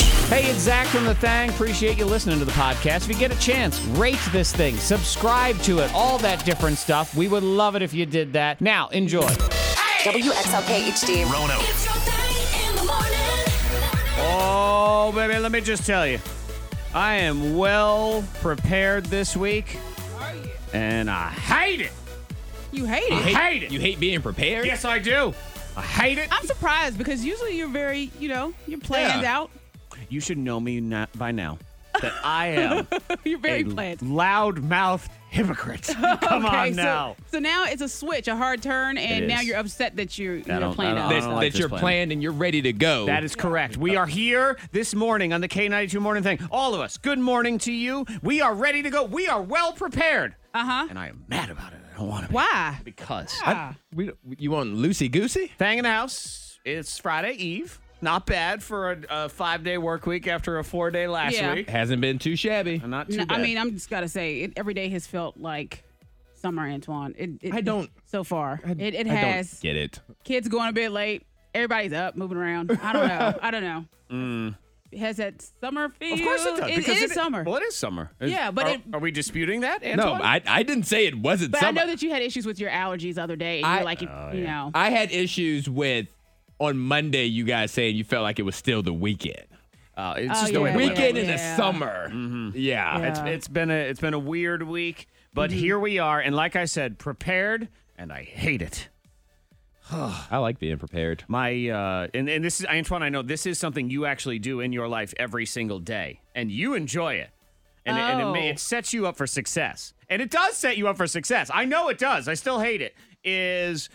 Hey, it's Zach from The Thang. Appreciate you listening to the podcast. If you get a chance, rate this thing, subscribe to it, all that different stuff. We would love it if you did that. Now, enjoy. WXLK HD. Rono. It's your thing in the morning. Oh, baby, let me just tell you, I am well prepared this week, and I hate it. You hate I it. hate it. You hate being prepared? Yes, I do. I hate it. I'm surprised because usually you're very, you know, you're planned Yeah. out. You should know me not by now that I am You're very a planned. loudmouth hypocrite. Come Okay, on so- now. So, now it's a switch, a hard turn, and now is. you're upset that you're, I you're don't- planned I out. don't- That, like that this you're plan. planned and you're ready to go. That is correct. We are here this morning on the K92 Morning Thing. All of us, good morning to you. We are ready to go. We are well prepared. Uh huh. And I am mad about it. I don't want to Uh-huh. Why? be. Because. We, you want loosey goosey? Thang in the House. It's Friday Eve. Not bad for a, a five day work week after a four day last Yeah. week. Hasn't been Uh, too shabby. Not too No, bad. I mean, I'm just got to say, it, every day has felt like summer, Antoine. It, it, I don't- So far, it, it I don't has. get it. Kids going a bit late. Everybody's up, moving around. I don't know. I don't know. Mm. It has that summer feel. of course it does. It, because it is summer. Well, it is summer. Is- Yeah, but are, it- are we disputing that? No, Antoine? I, I didn't say it wasn't But summer. I know that you had issues with your allergies the other day. And I- you're like, you, Oh, you know. I had issues with on Monday, you guys saying you felt like it was still the weekend. Uh, it's Oh, just yeah, a The yeah, weekend. weekend in yeah. the summer. Mm-hmm. Yeah. Mm-hmm. Yeah. It's, it's been a it's been a weird week, but here we are, and like I said, prepared, and I hate it. I like being prepared. My uh, and and this is Antoine. I know this is something you actually do in your life every single day, and you enjoy it, and, it- and it, ma- Oh. it sets you up for success, and it does set you up for success. I know it does. I still hate it. Is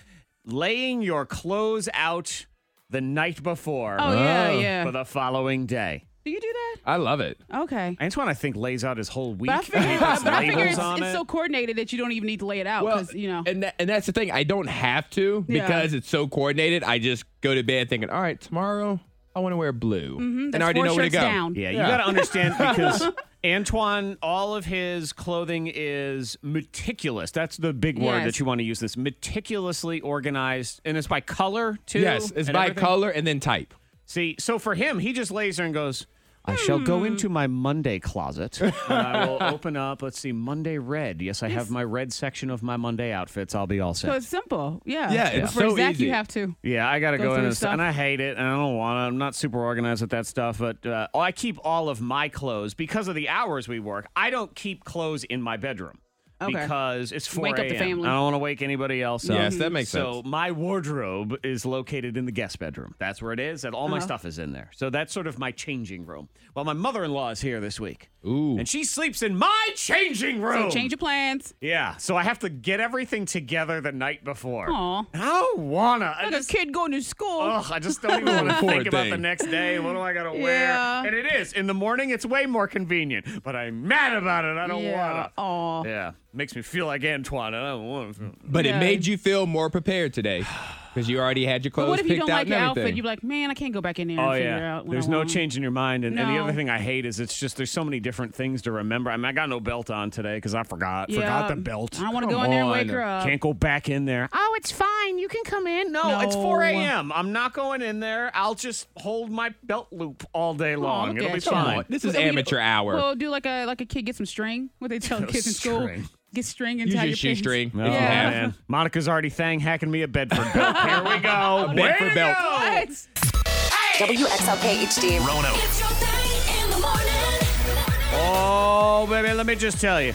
laying your clothes out the night before Oh, yeah, Oh. yeah. for the following day. Do you do that? I love it. Okay. Antoine, I think, lays out his whole week. But I figure, and puts but I figure labels it's, on it's it. so coordinated that you don't even need to lay it out because, you know. and that, and that's the thing. I don't have to Yeah. because it's so coordinated. I just go to bed thinking, all right, tomorrow I want to wear blue, and that's I already Mm-hmm, four know where to shirts go. down. Yeah, you Yeah. got to understand because Antoine, all of his clothing is meticulous. That's the big word Yes. that you want to use. This meticulously organized, and it's by color too. Yes, it's and by everything. color and then type. See, so for him, he just lays there and goes. I shall Hmm. go into my Monday closet. and I will open up. Let's see, Monday red. Yes, I have my red section of my Monday outfits. I'll be all set. So it's simple. Yeah. Yeah, it's But for so Zach, easy. you have to. Yeah, I gotta Go go, in through and, stuff. and I hate it, and I don't want to. I'm not super organized with that stuff, but uh, I keep all of my clothes because of the hours we work. I don't keep clothes in my bedroom Okay. because it's four Wake up the a.m.. family. I don't want to wake anybody else up. Yes, that makes So my wardrobe is located in the guest bedroom. That's where it is, and all Uh-huh. my stuff is in there. So that's sort of my changing room. Well, my mother-in-law is here this week, Ooh, and she sleeps in my changing room. So change your plans. yeah, so I have to get everything together the night before. Aw. I don't wanna. I Like a just kid going to school. Ugh, I just don't even want to Poor think about the thing. next day. What do I got to wear? Yeah. And it is. In the morning, it's way more convenient, but I'm mad about it. I don't yeah. want to. Aw. Yeah. Makes me feel like Antoine. I don't want to. but yeah. it made you feel more prepared today because you already had your But clothes what if you picked don't out like your and outfit? everything. You're like, man, I can't go back in there and Oh, figure yeah. out what I There's no want." change in your mind. And, and the No. other thing I hate is it's just there's so many different things to remember. I mean, I got no belt on today because I forgot. Forgot Yeah. the belt. I don't want to Come go in there and on. wake her up. Can't go back in there. Oh, it's fine. You can come in. No, it's No. 4 a.m. I'm not going in there. I'll just hold my belt loop all day long. look It'll at be you. Oh, Come fine. on, this is Well, you- amateur hour. Well, do like a like a kid get some string. What they tell kids in school, String. get string and Use tie your your pants. shoestring. No, if you Yeah. have. man. Monica's already thang hacking me a Bedford belt. Here we go. A Way Bedford to belt. go. What? WXLK HD. Rono. It's your thing in the morning. Oh, baby, let me just tell you.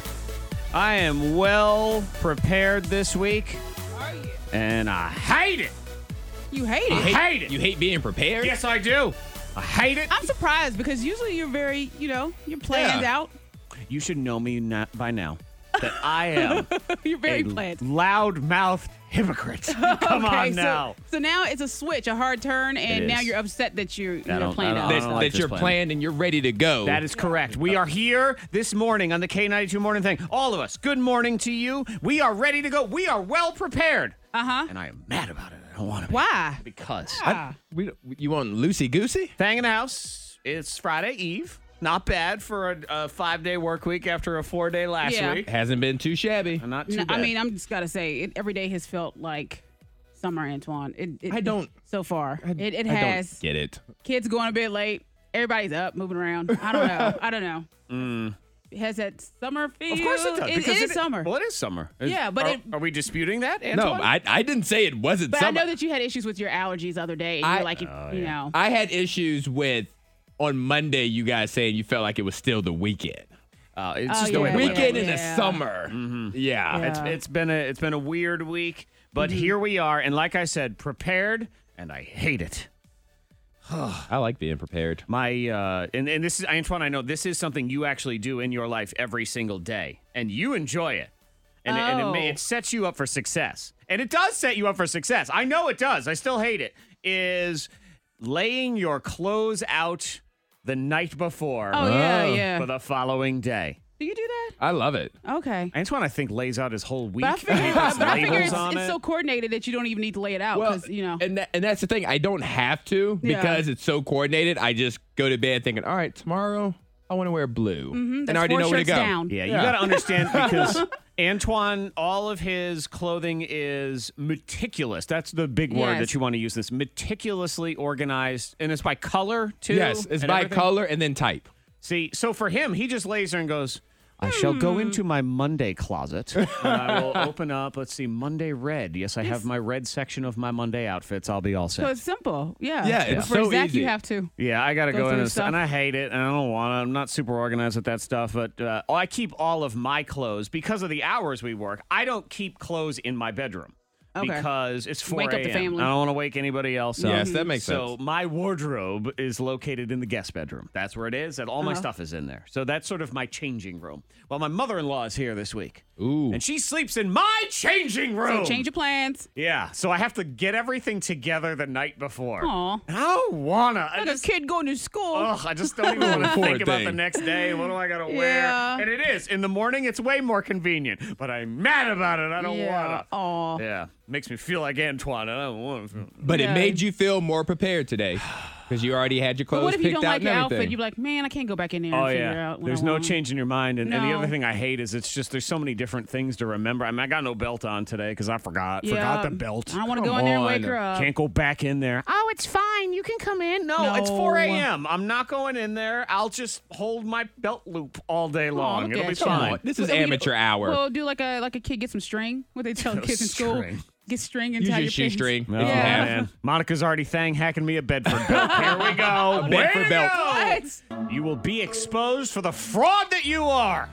I am well prepared this week. And I hate it. You hate You it. hate it. You hate being prepared. Yes, I do. Ah, I hate it. I'm surprised because usually you're very, you know, you're planned Yeah. out. You should know me not by now that I am You're a very planned. loudmouth hypocrite. Come Okay, on so- now. So, now it's a switch, a hard turn, and now is. you're upset that you're, you're don't- planned I out. don't- That, like that this you're plan. planned and you're ready to go. That is correct. We are here this morning on the K92 Morning Thing. All of us, good morning to you. We are ready to go. We are well prepared. Uh huh. And I am mad about it. I don't want to be. Why? Because. Ah. We, you want loosey goosey? Thang in the House. It's Friday Eve. Not bad for a, a five day work week after a four day last Yeah. week. Hasn't been too shabby. Not too No, bad. I mean, I'm just gotta say, it, every day has felt like summer, Antoine. It, it, I don't- So far, it, it I has. don't get it. Kids going to bed late. everybody's up, moving around. I don't know. I don't know. Mm. It has that summer feel. Of course it does. It, because it is summer. Well, it is summer. Is- Yeah, but are, it- are we disputing that? No, Antoine? I, I didn't say it wasn't But summer. I know that you had issues with your allergies the other day. And I- you're like, you, Oh, you know, I had issues with on Monday. You guys saying you felt like it was still the weekend. Uh, it's Oh, just yeah, a yeah, weekend. Weekend in the Yeah. Mm-hmm. summer. Yeah. Yeah. Mm-hmm. yeah. It's, it's been a it's been a weird week, but here we are, and like I said, prepared, and I hate it. I like being prepared. My uh, and and this is Antoine. I know this is something you actually do in your life every single day, and you enjoy it, and, it- and it, may, Oh. it sets you up for success, and it does set you up for success. I know it does. I still hate it. Is laying your clothes out the night before oh yeah, Oh. yeah. for the following day. Do you do that? I love it. Okay. Antoine, I think, lays out his whole week. But I figure, and puts but I figure labels it's, on it's it. so coordinated that you don't even need to lay it out because you know. and that, and that's the thing. I don't have to Yeah. because it's so coordinated. I just go to bed thinking, all right, tomorrow I want to wear blue, and I that's already Mm-hmm, four know where to shirts go. down. Yeah, you Yeah. got to understand because Antoine, all of his clothing is meticulous. That's the big word Yes. that you want to use. This meticulously organized, and it's by color too. Yes, it's and by everything. color and then type. See, so for him, he just lays there and goes. I shall Hmm. go into my Monday closet and I will open up. Let's see, Monday red. Yes, I have my red section of my Monday outfits. I'll be all set. So it's simple. Yeah. Yeah, But it's for so Zach, easy. you have to. Yeah, I gotta Go go, in through and, stuff. and I hate it, and I don't want to. I'm not super organized with that stuff, but uh, I keep all of my clothes because of the hours we work. I don't keep clothes in my bedroom Okay. because it's four Wake up the a.m.. family. I don't want to wake anybody else up. Yes, that makes so sense. my wardrobe is located in the guest bedroom. That's where it is, and all Uh-huh. my stuff is in there. So that's sort of my changing room. Well, my mother-in-law is here this week, Ooh, and she sleeps in my changing room. So change your plans. yeah, so I have to get everything together the night before. Aw. I don't wanna. I Like a just kid going to school. Ugh, I just don't even want to Poor think about the thing. next day. What do I got to wear? Yeah. And it is. In the morning, it's way more convenient, but I'm mad about it. I don't yeah. want to. Aw. Yeah. Makes me feel like Antoine. I don't want to. but yeah. it made you feel more prepared today because you already had your clothes But what if picked you don't out like and your everything. outfit? You're like, man, I can't go back in there and Oh, figure yeah. out. what There's I no want." change in your mind. And, and the No. other thing I hate is it's just there's so many different things to remember. I mean, I got no belt on today because I forgot. Forgot Yeah. the belt. I don't want to go Come in there and on. wake her up. Can't go back in there. Oh, it's fine. You can come in. No, it's 4 No. a.m. I'm not going in there. I'll just hold my belt loop all day Aw, long. look It'll at be you. fine. Oh, on. This is Well, I mean, amateur hour. Well, do like a like a kid get some string. What they tell kids in school, String. get string and Use tie your your pants. shoestring. No, if you Yeah. have. man. Monica's already thang hacking me a Bedford belt. Here we go. A Way Bedford to belt. go. What? You will be exposed for the fraud that you are.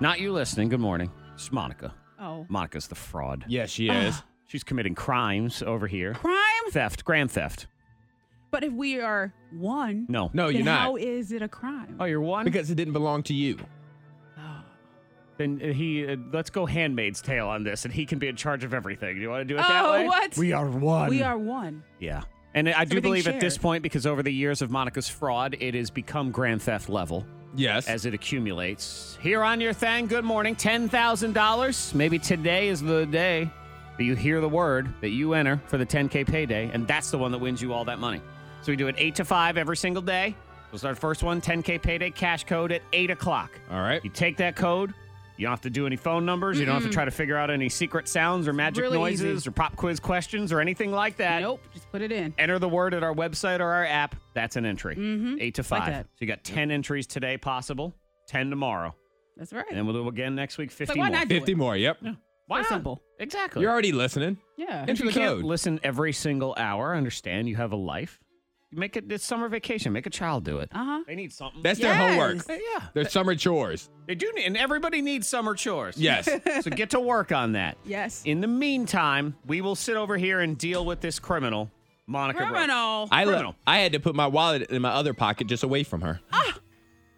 Not you listening. Good morning. It's Monica. Oh, Monica's the fraud. Yes, she is. She's committing crimes over here. crime. Theft, grand theft. But if we are one, No. no, then you're not How is it a crime? Oh, you're one. because it didn't belong to you. then uh, he uh, let's go Handmaid's Tale on this, and he can be in charge of everything. You want to do it Oh, that way? what? We are one. we are one. Yeah. And I do Everything's believe at this shared. point, because over the years of Monica's fraud, it has become grand theft level. Yes. as it accumulates. Here on your thing, good morning, $10,000. Maybe today is the day that you hear the word that you enter for the 10K payday, and that's the one that wins you all that money. So we do it 8 to 5 every single day. We'll start first one, 10K payday, cash code at 8 o'clock. All right. You take that code. You don't have to do any phone numbers. You don't have to try to figure out any secret sounds or magic really noises easy. or pop quiz questions or anything like that nope, just put it in. enter the word at our website or our app. That's an entry. Eight to Mm-hmm. Like five. that. so you got 10 entries today, possible, 10 tomorrow. That's right. And then we'll do again next week, 50 like, why more. not do it? 50 more. Yep. Why It's not? simple. Exactly. You're already listening. yeah. Enter you the can't code. listen every single hour. I understand you have a life. Make it, it's summer vacation. Make a child do it. Uh huh. They need something. That's Yes. Uh, their homework. yeah, yeah. Their summer chores. They do need, and everybody needs summer chores. Yes. so get to work on that. Yes. In the meantime, we will sit over here and deal with this criminal, Monica. Rowe. Criminal. I Criminal. lo- I had to put my wallet in my other pocket just away from her.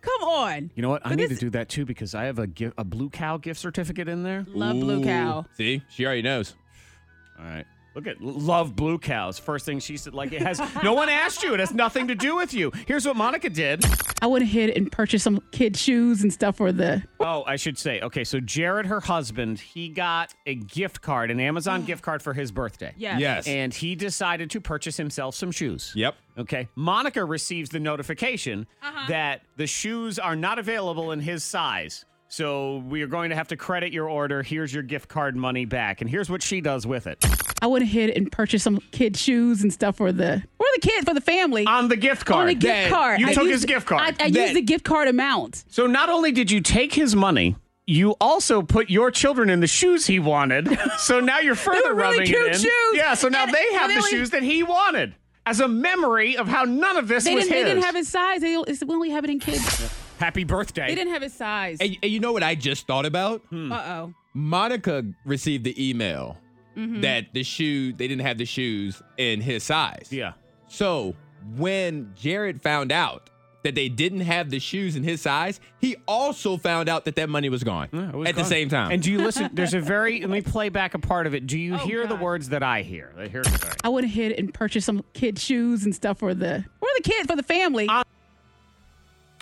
Come on. You know what? I But need to this- do that too because I have a gi- a blue cow gift certificate in there. Love Blue Ooh. Cow. See, she already knows. All right. Look at love blue cows. First thing she said, like it has no one asked you. It has nothing to do with you. Here's what Monica did. I went ahead and purchased some kid shoes and stuff for the. Oh, I should say. Okay, so Jared, her husband, he got a gift card, an Amazon gift card for his birthday. Yes. Yes. And he decided to purchase himself some shoes. Yep. Okay. Monica receives the notification that the shoes are not available in his size. So we are going to have to credit your order. Here's your gift card money back. And here's what she does with it. I went ahead and purchased some kid shoes and stuff for the for the kid for the family On the gift on card. the gift Dad, card. you took used- his gift card. I, I Dad. used the gift card amount. So not only did you take his money, you also put your children in the shoes he wanted. So now you're further were really rubbing cute it in. shoes. Yeah, so now And- they have and the they only- shoes that he wanted as a memory of how none of this They was didn't. They his. didn't have his size. They it's- we only have it in kids. Happy birthday. They didn't have his size. And, and you know what I just thought about? Hmm. Uh oh. Monica received the email Hmm. Mm-hmm. that the shoe they didn't have the shoes in his size. yeah. So when Jared found out that they didn't have the shoes in his size, he also found out that that money was gone Yeah, it was at gone. the same time. And do you listen? There's a very. Let me play back a part of it. Do you hear the Oh, God. words that I hear? I hear. I went ahead and purchased some kid shoes and stuff for the for the kid for the family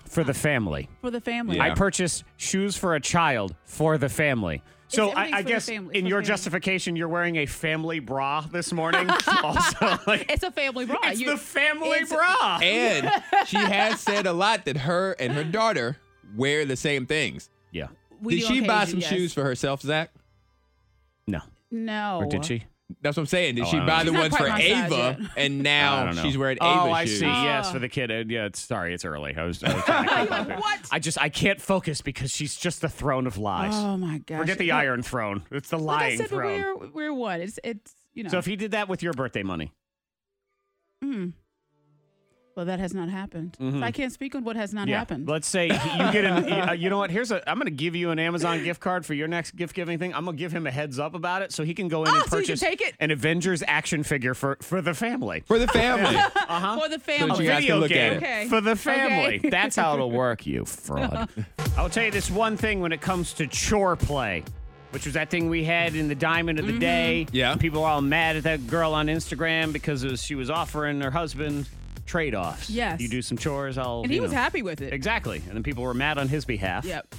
For the family. for the family. Yeah. I purchased shoes for a child for the family. So everything's I, I for the guess family. It's in for your family. justification, you're wearing a family bra this morning. also, like, It's a family bra. it's You- the family it's- bra. And she has said a lot that her and her daughter wear the same things. yeah. we Did do she on buy occasion, some yes. shoes for herself, Zach? No. No. Or did she? That's what I'm saying. Did Oh, I she don't buy know. the Oh. She's not ones for quite my size Ava, yet. and I now don't know. she's wearing oh, Ava I shoes? see. Yes, Oh. for the kid. Uh, yeah, it's, sorry, it's early. I was. I, was trying to keep up here. What? I just. I can't focus because she's just the throne of lies. Oh my gosh. Forget the Look, iron throne. It's the Like I lying said, but throne. we're we're what? It's it's you know. So if he did that with your birthday money, Mm. Well, that has not happened. Mm-hmm. So I can't speak on what has not happened. Let's say he- you get an, uh, you know what? Here's a. I'm going to give you an Amazon gift card for your next gift giving thing. I'm going to give him a heads up about it so he can go in Oh, and so you can purchase take it? an Avengers action figure for for the family. For the family. For the family. you guys can look at it. Okay. Uh-huh. for the family. Okay. That's how it'll work, you fraud. I'll tell you this one thing when it comes to chore play, which was that thing we had in the Diamond of Mm-hmm. the Day. Yeah. People are all mad at that girl on Instagram because it was, she was offering her husband trade offs. Yes. You do some chores, I'll. and he you was know. happy with it. Exactly. And then people were mad on his behalf. Yep.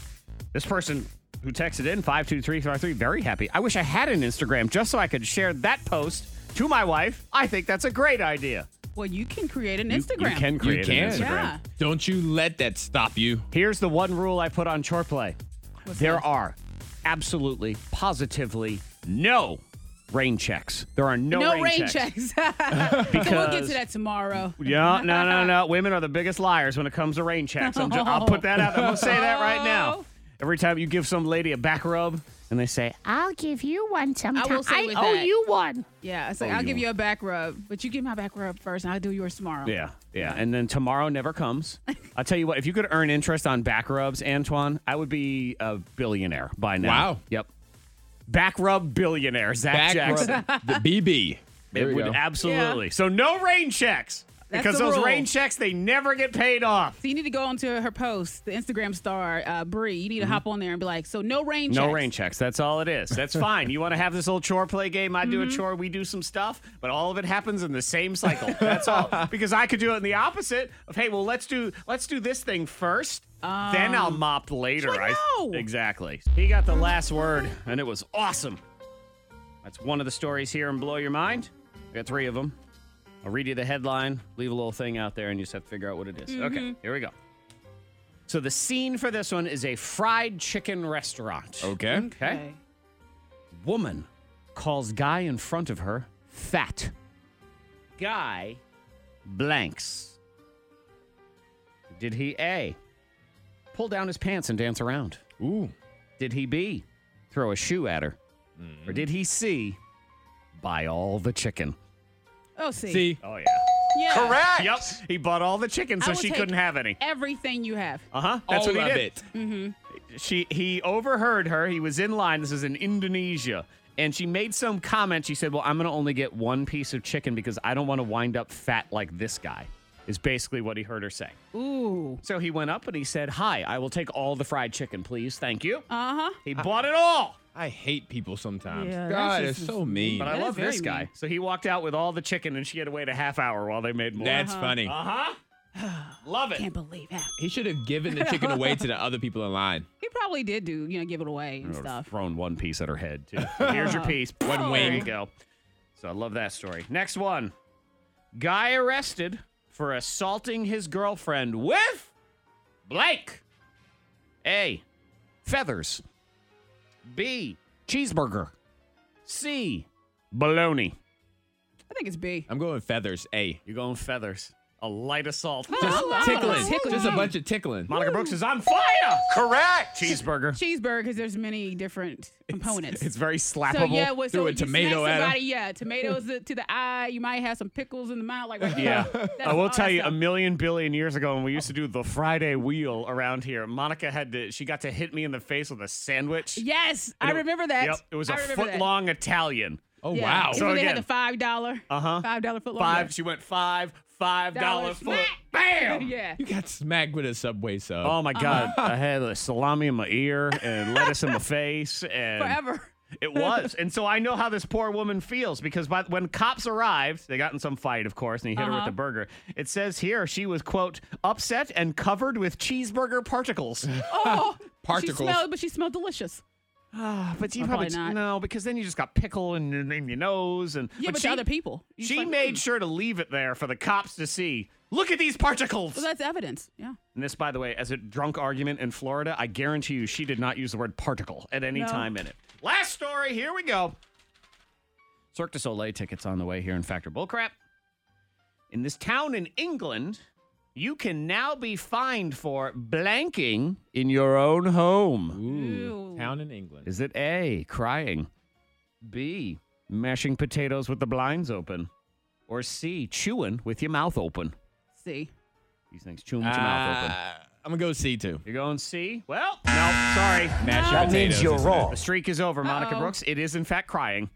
This person who texted in 52353, very happy. I wish I had an Instagram just so I could share that post to my wife. I think that's a great idea. Well, you can create an You- Instagram. You can You create can. an Instagram. Yeah. Don't you let that stop you. Here's the one rule I put on chore play. there are absolutely, positively no rain checks. There are no, No rain checks. checks. so we'll get Because- to that tomorrow. Yeah, no, no, no. Women are the biggest liars when it comes to rain checks. I'm ju- I'll put that out. I'm going to say that right now. Oh. Every time you give some lady a back rub and they say, I'll give you one sometime. will say with owe that- you one. Yeah, Oh, so I'll give you a back rub, but you give my back rub first, and I'll do yours tomorrow. yeah, yeah, and then tomorrow never comes. I'll tell you what, if you could earn interest on back rubs, Antoine, I would be a billionaire by now. Wow. Yep. Back rub billionaire, Zach Back Jackson. rub- the BB. There It we would go. absolutely. So no rain checks That's because the those rule. rain checks they never get paid off. So you need to go onto her post, the Instagram star uh, Bree. You need to hop on there and be like, "So no rain Mm-hmm. No checks." rain checks. That's all it is. That's fine. You want to have this little chore play game? I Mm-hmm. do a chore, we do some stuff, but all of it happens in the same cycle. That's all. because I could do it in the opposite of hey, well let's do let's do this thing first, then I'll Um, mop later. like, no. exactly. He got the last word, and it was awesome. That's one of the stories here and blow your mind. I got three of them. I'll read you the headline, leave a little thing out there, and you just have to figure out what it is. Okay, here we go. So the scene for this one is a fried chicken restaurant. Okay. Okay. Woman calls guy in front of her fat. Guy blanks. Did he A, pull down his pants and dance around? Ooh. Did he B, throw a shoe at her? Mm-hmm. Or did he C, buy all the chicken? Oh, see, See, Oh, yeah. yeah. Correct. Yep. He bought all the chicken I so will she take couldn't have any. Everything you have. Mm-hmm. Uh huh. all That's what he of did. it. she he overheard her. He was in line. This is in Indonesia. And she made some comment. She said, "Well, I'm going to only get one piece of chicken because I don't want to wind up fat like this guy." Is basically what he heard her say. Ooh. So he went up and he said, "Hi, I will take all the fried chicken, please. Thank you." Uh huh. He bought it all. I hate people sometimes. Yeah, God, that's it's just- so mean. But I That is love this very guy. mean. So he walked out with all the chicken and she had to wait a half hour while they made more. Uh-huh. That's funny. love it. Uh-huh. Can't believe that. He should have given the chicken away to the other people in line. He probably did do, you know, give it away and I would've stuff. Thrown one piece at her head too. Here's your piece. One There you wing. go. So I love that story. Next one. Guy arrested for assaulting his girlfriend with blank. A. feathers. B, cheeseburger. C, bologna. I think it's B. I'm going feathers. A. You're going feathers. A light assault. Just Just Oh, wow. Tickling. Tickling. Just a bunch of tickling. Monica Brooks is on fire. Correct. Cheeseburger. Cheeseburger because there's many different components. It's very so slappable. yeah, well, so Threw a you smack tomato at 'em. somebody, Yeah, tomatoes to to the eye. You might have some pickles in the mouth. Like right Yeah. there. That's I will all tell that you, a stuff. million billion years ago, when we used to do the Friday wheel around here, Monica had to, she got to hit me in the face with a sandwich. Yes, And I it- remember that. Yep. It was a a foot long Italian. Oh, Yeah. wow. It's So when they again- had the five dollar, Uh-huh. five dollar foot long. Five, she went five, five dollar Dollar foot. smack. Bam! Yeah. You got smacked with a Subway sub. Oh my God. I had a salami in my ear and lettuce in my face. And Forever. It was. And so I know how this poor woman feels because by, when cops arrived, they got in some fight, of course, and he hit her with Uh-huh. the burger. It says here she was, quote, upset and covered with cheeseburger particles. Oh, Particles. She smelled, but she smelled delicious. Ah, but you Or probably, not. probably not. No, because then you just got pickle in your, in your nose. and Yeah, but, she, to other people. You just She like, made mm. sure to leave it there for the cops to see. Look at these particles. Well, that's evidence. Yeah. and this, by the way, as a drunk argument in Florida, I guarantee you she did not use the word particle at any No. time in it. Last story. Here we go. Cirque du Soleil tickets on the way here in Factor Bullcrap. In this town in England, you can now be fined for blanking in your own home. Ooh. Ew. Town in England. Is it A, crying? B, mashing potatoes with the blinds open? Or C, chewing with your mouth open? See. These things chewing with your mouth open. Uh, I'm going to go C2. You're going C? Well, no, sorry. Mashed That means potatoes, you're isn't it? wrong. The streak is over, Monica Uh-oh. Brooks. It is, in fact, crying.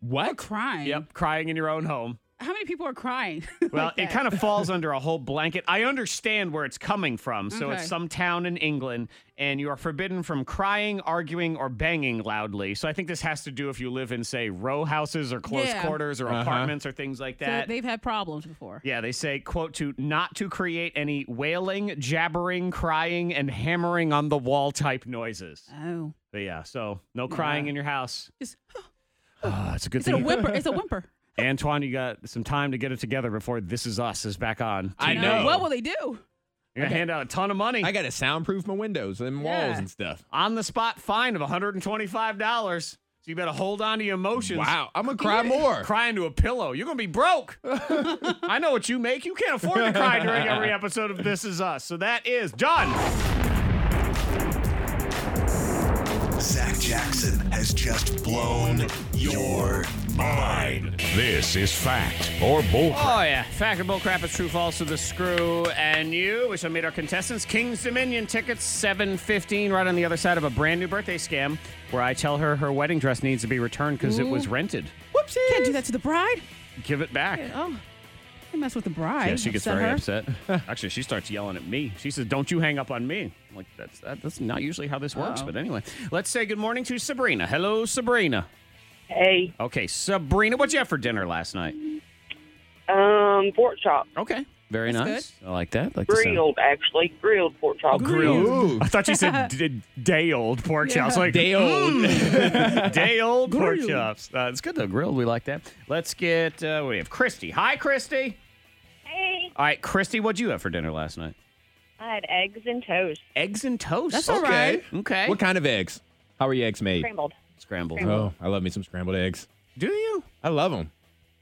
What? Crying. Yep, crying in your own home. How many people are crying? Well, it kind of falls under a whole blanket. I understand where it's coming from. So Okay. it's some town in England, and you are forbidden from crying, arguing, or banging loudly. So I think this has to do if you live in, say, row houses or close Yeah. quarters or Uh-huh. apartments or things like that. they've had problems before. yeah, they say, quote, to not to create any wailing, jabbering, crying, and hammering on the wall type noises. Oh. But yeah, so no crying in your house. Just, Ah, it's a good it's a thing. whimper. It's a whimper. Antoine, you got some time to get it together before This Is Us is back on. I Now, know. What will they do? You're going to hand out a ton of money. I got to soundproof my windows and walls Yeah. and stuff. on the spot fine of $125. So you better hold on to your emotions. Wow. I'm going to cry more. Cry into a pillow. You're going to be broke. I know what you make. You can't afford to cry during every episode of This Is Us. So that is done. Zach Jackson has just blown your mind. This is fact or bull. Oh, yeah. Fact or bullcrap is true, false to the screw. And you, we shall meet our contestants. King's Dominion tickets, 715, right on the other side of a brand new birthday scam where I tell her her wedding dress needs to be returned because it was rented. Whoopsie. Can't do that to the bride. Give it back. Oh. They mess with the bride. Ah. Yeah, she gets Upset very her. upset. Actually, she starts yelling at me. She says, "Don't you hang up on me?" I'm like, "That's that, that's not usually how this Oh. works." But anyway, let's say good morning to Sabrina. Hello, Sabrina. Hey, Okay, Sabrina, what'd you have for dinner last night? um, pork chop. Okay, very That's nice. I like that. Like the sound. Grilled, actually. Grilled pork chop. Grilled. Ooh. I thought you said d- day old pork chops. Like Day old. day old pork chops. Uh, it's good though. Grilled, we like that. Let's get. Uh, we have Christy. Hi, Christy. Hey, All right, Christy, what'd you have for dinner last night? I had eggs and toast. Eggs and toast. That's all Okay. right. Okay. What kind of eggs? How are your eggs made? Scrambled. Scrambled. Oh, I love me some scrambled eggs. Do you? I love them.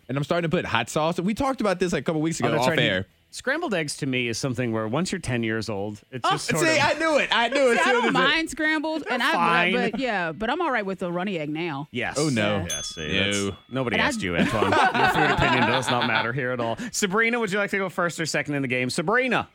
And I'm starting to put hot sauce. We talked about this like a couple weeks ago Oh, that's off right. air. Scrambled eggs to me is something where once you're 10 years old, it's just sort Oh, See, of. I knew it. I knew See, Oh. I it. Soon as don't it- mind scrambled, and I fine. but, but yeah, but I'm all right with the runny egg now. Yes. Oh, no. Yes. see, No. that's- Nobody And I- asked you, Antoine. Your food opinion does not matter here at all. Sabrina, would you like to go first or second in the game? Sabrina.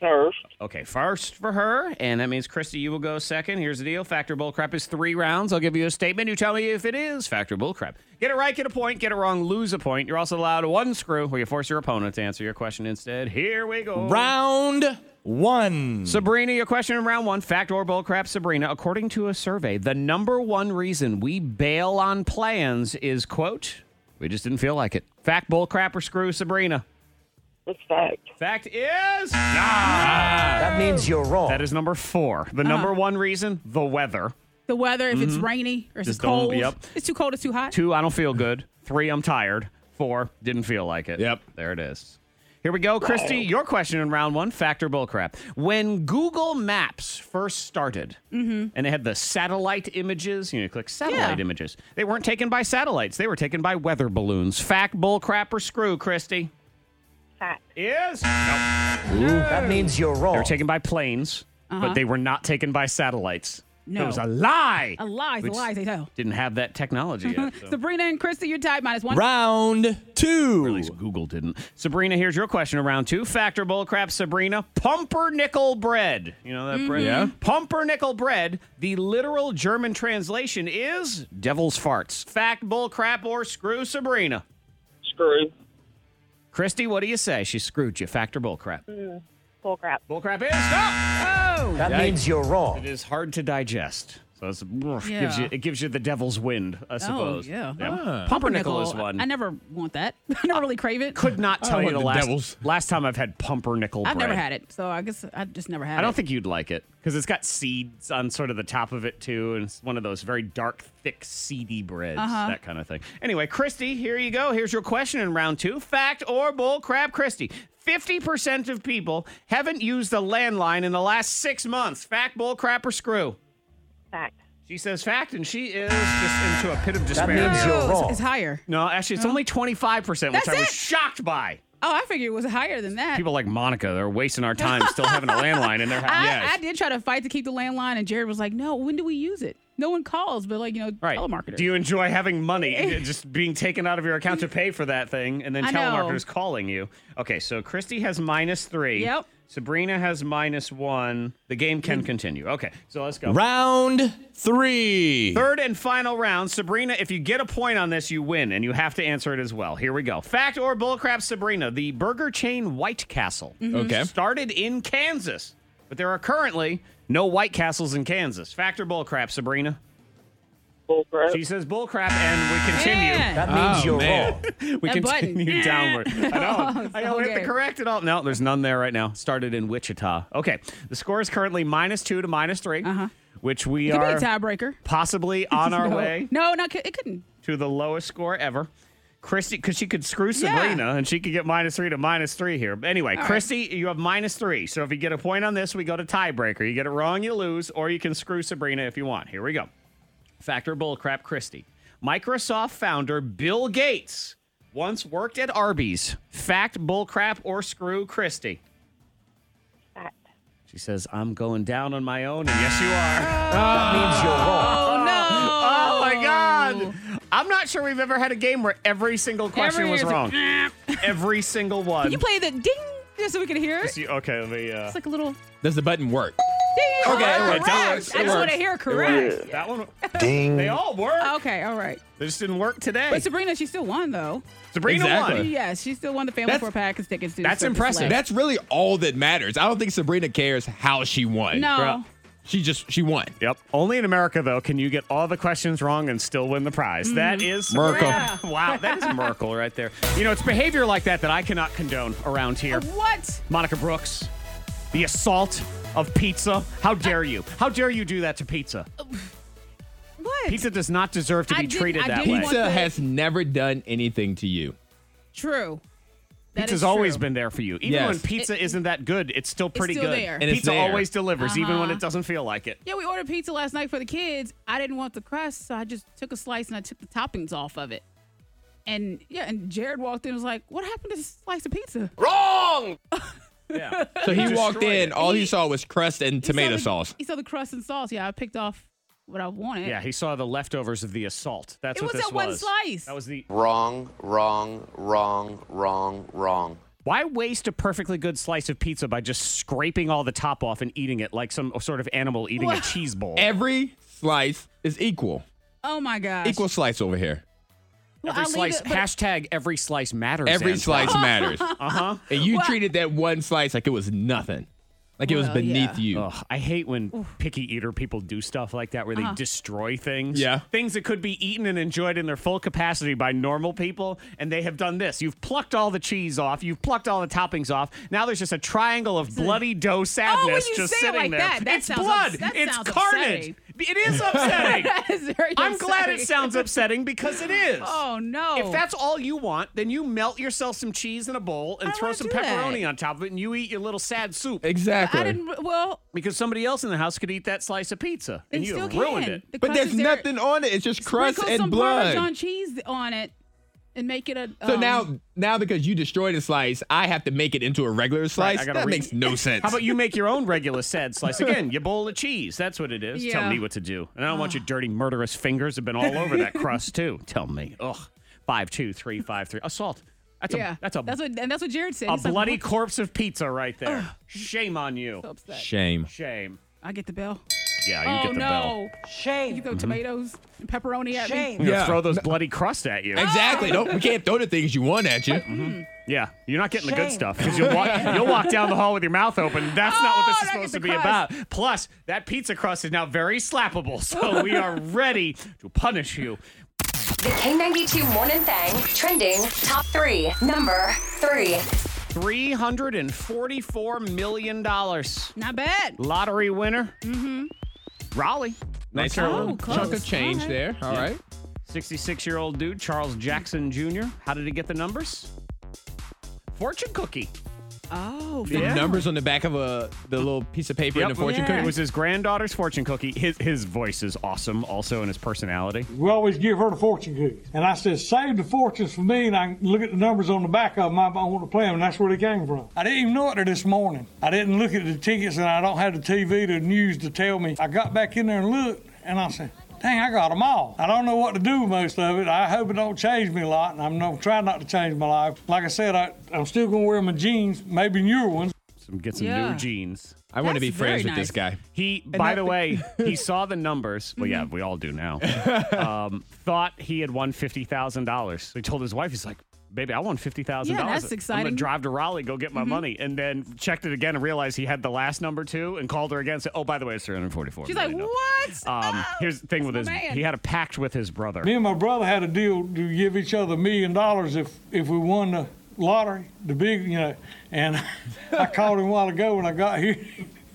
First. Okay, first for her, and that means Christy, you will go second. Here's the deal: Factor bullcrap is three rounds. I'll give you a statement. You tell me if it is factor bullcrap. Get it right, get a point. Get it wrong, lose a point. You're also allowed one screw where you force your opponent to answer your question instead. Here we go. Round one. Sabrina, your question in round one. Fact or bullcrap, Sabrina. According to a survey, the number one reason we bail on plans is, quote, we just didn't feel like it. Fact, bullcrap, or screw, Sabrina. It's fact. Fact is, That means you're wrong. that is number four. The Uh-huh. number one reason, the weather. The weather, if it's rainy or Mm-hmm. if it's Just don't- cold, yep. it's too cold, it's too hot. Two, I don't feel good. Three, I'm tired. Four, didn't feel like it. Yep. There it is. Here we go, Christy. Oh. Your question in round one fact or bullcrap. When Google Maps first started and they had the satellite images, you know, you click satellite Mm-hmm. Yeah. images, they weren't taken by satellites, they were taken by weather balloons. Fact, bullcrap, or screw, Christy? Fact. Yes. That means you're They were wrong. taken by planes, but they were not taken by satellites. Uh-huh. No. It was a lie. A lie is We a just lie they tell. Didn't have that technology yet. so. Sabrina and Christy, your type minus one. Round two. At least Google didn't. Sabrina, here's your question around two. Factor bullcrap, Sabrina. Pumpernickel bread. You know that bread? Mm-hmm. Yeah. Pumpernickel bread, the literal German translation is devil's farts. Fact, bullcrap, or screw Sabrina. Screw. Christy, what do you say? She screwed you. Fact or bullcrap? Mm-hmm. Bull crap. Bullcrap is. Oh. No! That means you're wrong. It is hard to digest. So it's, Yeah. Oh, gives you, it gives you the devil's wind, I suppose. yeah. Ah. Pumpernickel is one. I never want that. I never really crave it. could not tell I you want the, the last devil's. last time I've had pumpernickel I've bread. never had it, so I guess I just never had I don't it. think you'd like it because it's got seeds on sort of the top of it too, and it's one of those very dark, thick, seedy breads, Uh-huh. that kind of thing. Anyway, Christy, here you go. Here's your question in round two: fact or bull crap, Christy? Fifty percent of people haven't used a landline in the last six months. Fact, bull crap, or screw? Fact. She says fact, and she is just into a pit of despair. means you're Oh, it's- wrong. It's higher. no, actually, it's only twenty-five percent, which That's I was it. shocked by. Oh, I figured it was higher than that. People like Monica, they're wasting our time still having a landline in their house. I, I did try to fight to keep the landline, and Jared was like, "No, when do we use it? No one calls, but like you know, Right. telemarketers." Do you enjoy having money eh, just being taken out of your account to pay for that thing and then I know. telemarketers calling you? Okay, so Christy has minus three. Yep. Mm. Sabrina has minus one. The game can continue. Okay, so let's go. Round three. Third and final round. Sabrina, if you get a point on this, you win, and you have to answer it as well. Here we go. Fact or bullcrap, Sabrina, the burger chain White Castle Mm-hmm. Okay. started in Kansas, but there are currently no White Castles in Kansas. Fact or bullcrap, Sabrina? Bull crap. She says bullcrap, and we continue. Yeah. That means Oh, you're man. wrong. We That continue button. downward. I know. I know. We have to Okay. correct it all. No, there's none there right now. Started in Wichita. Okay. The score is currently minus two to minus three, which we Could be are Uh-huh. a tiebreaker. possibly on our no. way No, not it couldn't. to the lowest score ever. Christy, because she could screw Yeah. Sabrina and she could get minus three to minus three here. But anyway, Christy, you have minus three. So if you get a point on this, we go to tiebreaker. You get it wrong, you lose, or you can screw Sabrina if you want. Here we go. Factor bullcrap, Christy. Microsoft founder Bill Gates once worked at Arby's. Fact, bullcrap, or screw Christy? Fact. She says, I'm going down on my own. And yes, you are. That means you're wrong. Oh, Oh, my God. I'm not sure we've ever had a game where every single question Every was year's wrong. like, "Eh." Every single one. Can you play the ding just so we can hear it? See- okay, let me. Uh, It's like a little Does the button work? ding. Okay, it correct. works, it works, it I just want works. to hear correct. that one. Ding. They all work. Okay, all right. They just didn't work today. But Sabrina, she still won though. Sabrina Exactly. won. Yes, she still won the family That's- four pack and tickets. to that's Circus impressive. Select. That's really all that matters. I don't think Sabrina cares how she won. no. She just she won. Yep. Only in America, though, can you get all the questions wrong and still win the prize. Mm. That is Sabrina. Merkel. wow, that is Merkel right there. You know, it's behavior like that that I cannot condone around here. What? Monica Brooks, the assault of pizza. How dare you? How dare you do that to pizza? What? Pizza does not deserve to I be didn't- treated I that didn't way. want- Pizza the- has never done anything to you. True. That Pizza's is always true. been there for you. Even Yes. when pizza is isn't that good, it's still pretty still good. there. Uh-huh. And it's Pizza there. always delivers, even when it doesn't feel like it. Yeah, we ordered pizza last night for the kids. I didn't want the crust, so I just took a slice and I took the toppings off of it. And yeah, and Jared walked in and was like, What happened to this slice of pizza? Yeah. So he Destroyed walked in, it. all he saw was crust and tomato He saw the- sauce. He saw the crust and sauce. Yeah, I picked off what I wanted. Yeah, he saw the leftovers of the assault. That's It what was this that one slice. That was the. Wrong, wrong, wrong, wrong, wrong. Why waste a perfectly good slice of pizza by just scraping all the top off and eating it like some sort of animal eating a Well- cheese bowl? Every slice is equal. Oh my gosh. Equal slice over here. Well, every I'll leave slice. it, but- hashtag every slice matters. Every slice matters. Uh-huh. Uh huh. And you Well- treated that one slice like it was nothing. Like it was Well, yeah. beneath you. Ugh, I hate when picky eater people do stuff like that where Uh-huh. they destroy things. Yeah. Things that could be eaten and enjoyed in their full capacity by normal people. And they have done this. You've plucked all the cheese off. You've plucked all the toppings off. Now there's just a triangle of bloody dough sadness Oh, you just say it sitting like there. that, that it's sounds blood. ups- that it's sounds carnage. upsetting. It is upsetting. That is very I'm glad it upsetting. sounds upsetting because it is. Oh no! If that's all you want, then you melt yourself some cheese in a bowl and I throw wanna some do that. pepperoni on top of it, and you eat your little sad soup. Exactly. I didn't. Well, Because somebody else in the house could eat that slice of pizza, They and you still have ruined can. it. The but crust there's is there. nothing on it. It's just crust Sprinkle and some blood. Parmesan cheese on it and make it a. So um, now, now because you destroyed a slice, I have to make it into a regular slice. I gotta that re- makes no sense. How about you make your own regular sad slice? Again, your bowl of cheese. That's what it is. Tell Yeah. me what to do. And I don't want your dirty, murderous fingers have been all over that crust, too. Tell me. Ugh. Five, two, three, five, three. Assault. That's yeah, a, that's a, that's what and that's what Jared said. a He's like, bloody "What the corpse of pizza right there. Shame on you. f- upset?" Shame. Shame. I get the bell. Yeah, you oh get the no! bell. Mm-hmm. You Shame. throw tomatoes and pepperoni at me. You're gonna Yeah. throw those bloody crusts at you. Exactly. Don't, we can't throw the things you want at you. Mm-hmm. Yeah, you're not getting the good Shame. stuff because you'll walk, you'll walk down the hall with your mouth open. That's not what Oh, this is now I supposed get to the be crust. about. Plus, that pizza crust is now very slappable, so we are ready to punish you. The K92 Morning Thang trending top three. Number three. Three hundred and forty-four million dollars Not bad. lottery winner. Mm-hmm. Raleigh, North Nice Carolina. little Oh, close. chunk of change All right. there. All right. Sixty-six-year-old dude Charles Jackson Jr. How did he get the numbers? Fortune cookie. Oh, Yeah. fine. The numbers on the back of a the little piece of paper in the fortune Yeah. It cookie. was his granddaughter's fortune cookie. His his voice is awesome, also, and his personality. We always give her the fortune cookies. And I said, save the fortunes for me, and I can look at the numbers on the back of them. I, I want to play them, and that's where they came from. I didn't even know it till this morning. I didn't look at the tickets, and I don't have the TV, the news to tell me. I got back in there and looked, and I said, dang, I got them all. I don't know what to do with most of it. I hope it don't change me a lot, and I'm going to try not to change my life. Like I said, I, I'm still going to wear my jeans, maybe newer ones. Some get some Yeah. new jeans. I want to That's be friends very with this guy. He, by that the thing- way, he saw the numbers. Well, yeah, we all do now. um, thought he had won fifty thousand dollars. He told his wife, he's like, "Baby, I won fifty thousand Yeah, dollars. that's I'm gonna exciting. Mm-hmm. drive to Raleigh, go get my money." And then checked it again and realized he had the last number too, and called her again. and Said, "Oh, by the way, it's three hundred forty-four. She's like, what? Um, Oh, here's the thing with that's his. my man. He had a pact with his brother. Me and my brother had a deal to give each other a million dollars if if we won the lottery, the big, you know. And I called him a while ago when I got here.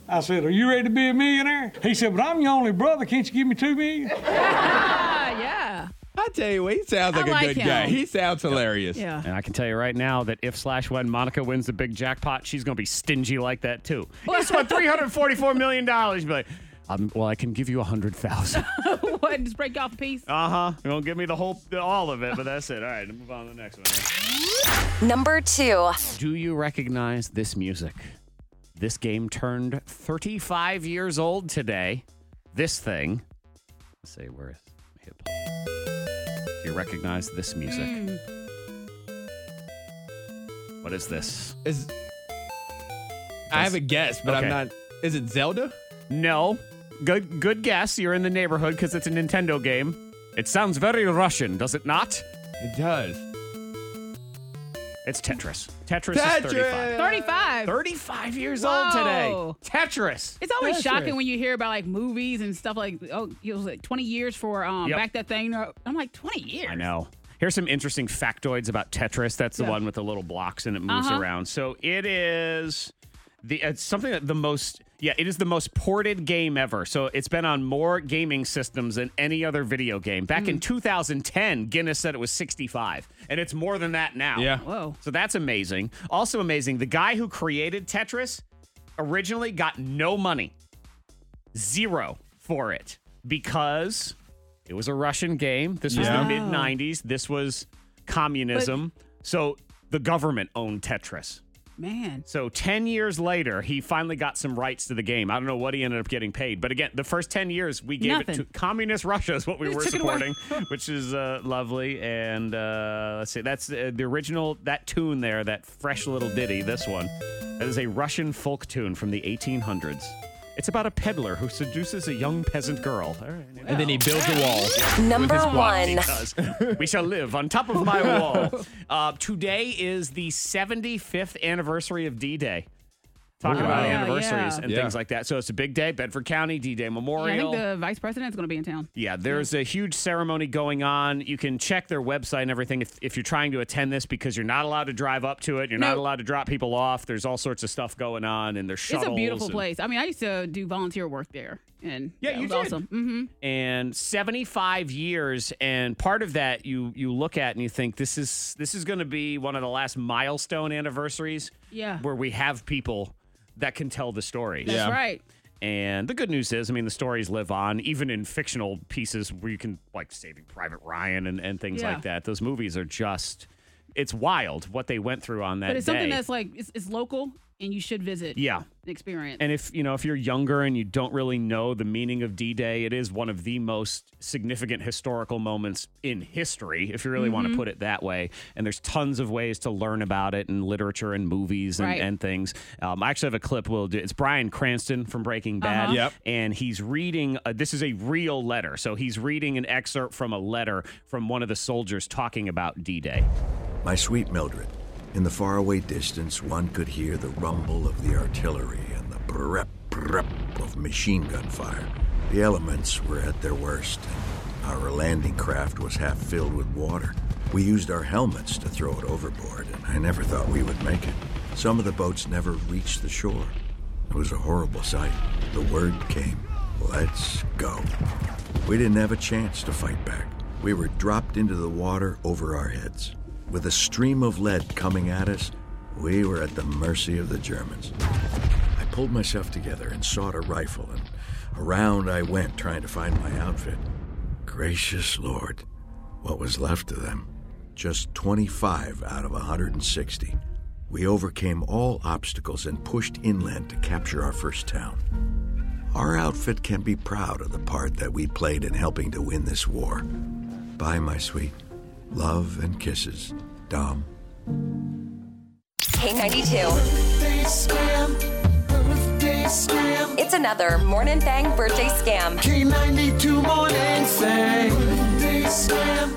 I said, "Are you ready to be a millionaire?" He said, "But I'm your only brother. Can't you give me two million? Ah, yeah, I tell you what, he sounds I like, like a good him. guy. He sounds hilarious. yeah. And I can tell you right now that if slash when Monica wins the big jackpot, she's going to be stingy like that too. You just won three hundred forty-four million dollars. Be like, um, well, I can give you a hundred thousand. what? Just break off a piece. Uh huh. You won't give me the whole, all of it, but that's it. All right, move on to the next one. Number two. Do you recognize this music? This game turned 35 years old today. This thing. Let's say where is my hip? Do you recognize this music? What is this? Is- I have a guess, but Okay. I'm not. Is it Zelda? No. Good good guess. You're in the neighborhood because it's a Nintendo game. It sounds very Russian, does it not? It does. It's Tetris. Tetris, is 35. Tetris. Thirty-five. 35 years Whoa. old today. Tetris. It's always That's shocking right. when you hear about like movies and stuff like oh it was like 20 years for um Yep. back that thing up. I'm like 20 years. I know. Here's some interesting factoids about Tetris. That's the Yeah. one with the little blocks and it moves Uh-huh. around. So it is the it's something that the most yeah, it is the most ported game ever. So it's been on more gaming systems than any other video game. Back Hmm. in 2010, Guinness said it was 65, and it's more than that now. Yeah. Whoa. So that's amazing. Also amazing, the guy who created Tetris originally got no money, zero for it, because it was a Russian game. This was Yeah. the mid 90s. This was communism. so the government owned Tetris. Man. So 10 years later, he finally got some rights to the game. I don't know what he ended up getting paid. But again, the first 10 years, we gave it Nothing. to communist Russia, is what we They were took it away. supporting, which is uh, lovely. And uh, let's see, that's uh, the original, that tune there, that fresh little ditty, this one. That is a Russian folk tune from the 1800s. It's about a peddler who seduces a young peasant girl. All right. And then he builds a wall. Number one. Because we shall live on top of my wall. Uh, today is the 75th anniversary of D Day. Talking about Wow. anniversaries Yeah. and Yeah. things like that. So it's a big day, Bedford County, D Day Yeah, I Memorial. think Yeah, the vice president's going to be in town. there's a huge ceremony going on. You can check their website and everything if, if you're trying to attend this because you're not allowed to drive up to it. You're not No. allowed to drop people off. There's all sorts of stuff going on, and there's It's shuttles. a beautiful and- place. I mean, I used to do volunteer work there. and Yeah, that you was did. awesome. Mm-hmm. and 75 years and part of that you you look at and you think this is this is going to be one of the last milestone anniversaries Yeah. where we have people that can tell the story That's right. and the good news is i mean the stories live on even in fictional pieces where you can like saving private ryan and, and things Yeah. like that those movies are just it's wild what they went through on that But it's day. something that's like it's, it's local and you should visit. Yeah. and experience. And if you know, if you're younger and you don't really know the meaning of D-Day, it is one of the most significant historical moments in history, if you really want Mhm. to put it that way. And there's tons of ways to learn about it in literature and movies and, Right. and things. Um, I actually have a clip. We'll do. It's Brian Cranston from Breaking Bad. Uh-huh. Yep. And he's reading. A, this is a real letter, so he's reading an excerpt from a letter from one of the soldiers talking about D-Day. My sweet Mildred, in the faraway distance, one could hear the rumble of the artillery and the prep prep of machine gun fire. The elements were at their worst. Our landing craft was half filled with water. We used our helmets to throw it overboard, and I never thought we would make it. Some of the boats never reached the shore. It was a horrible sight. The word came let's go. We didn't have a chance to fight back. We were dropped into the water over our heads. With a stream of lead coming at us, we were at the mercy of the Germans. I pulled myself together and sought a rifle, and around I went trying to find my outfit. Gracious Lord, what was left of them? Just 25 out of 160. We overcame all obstacles and pushed inland to capture our first town. Our outfit can be proud of the part that we played in helping to win this war. Bye, my sweet. Love and kisses, Dom. K92. It's another Morning Thang birthday scam. K92 Morning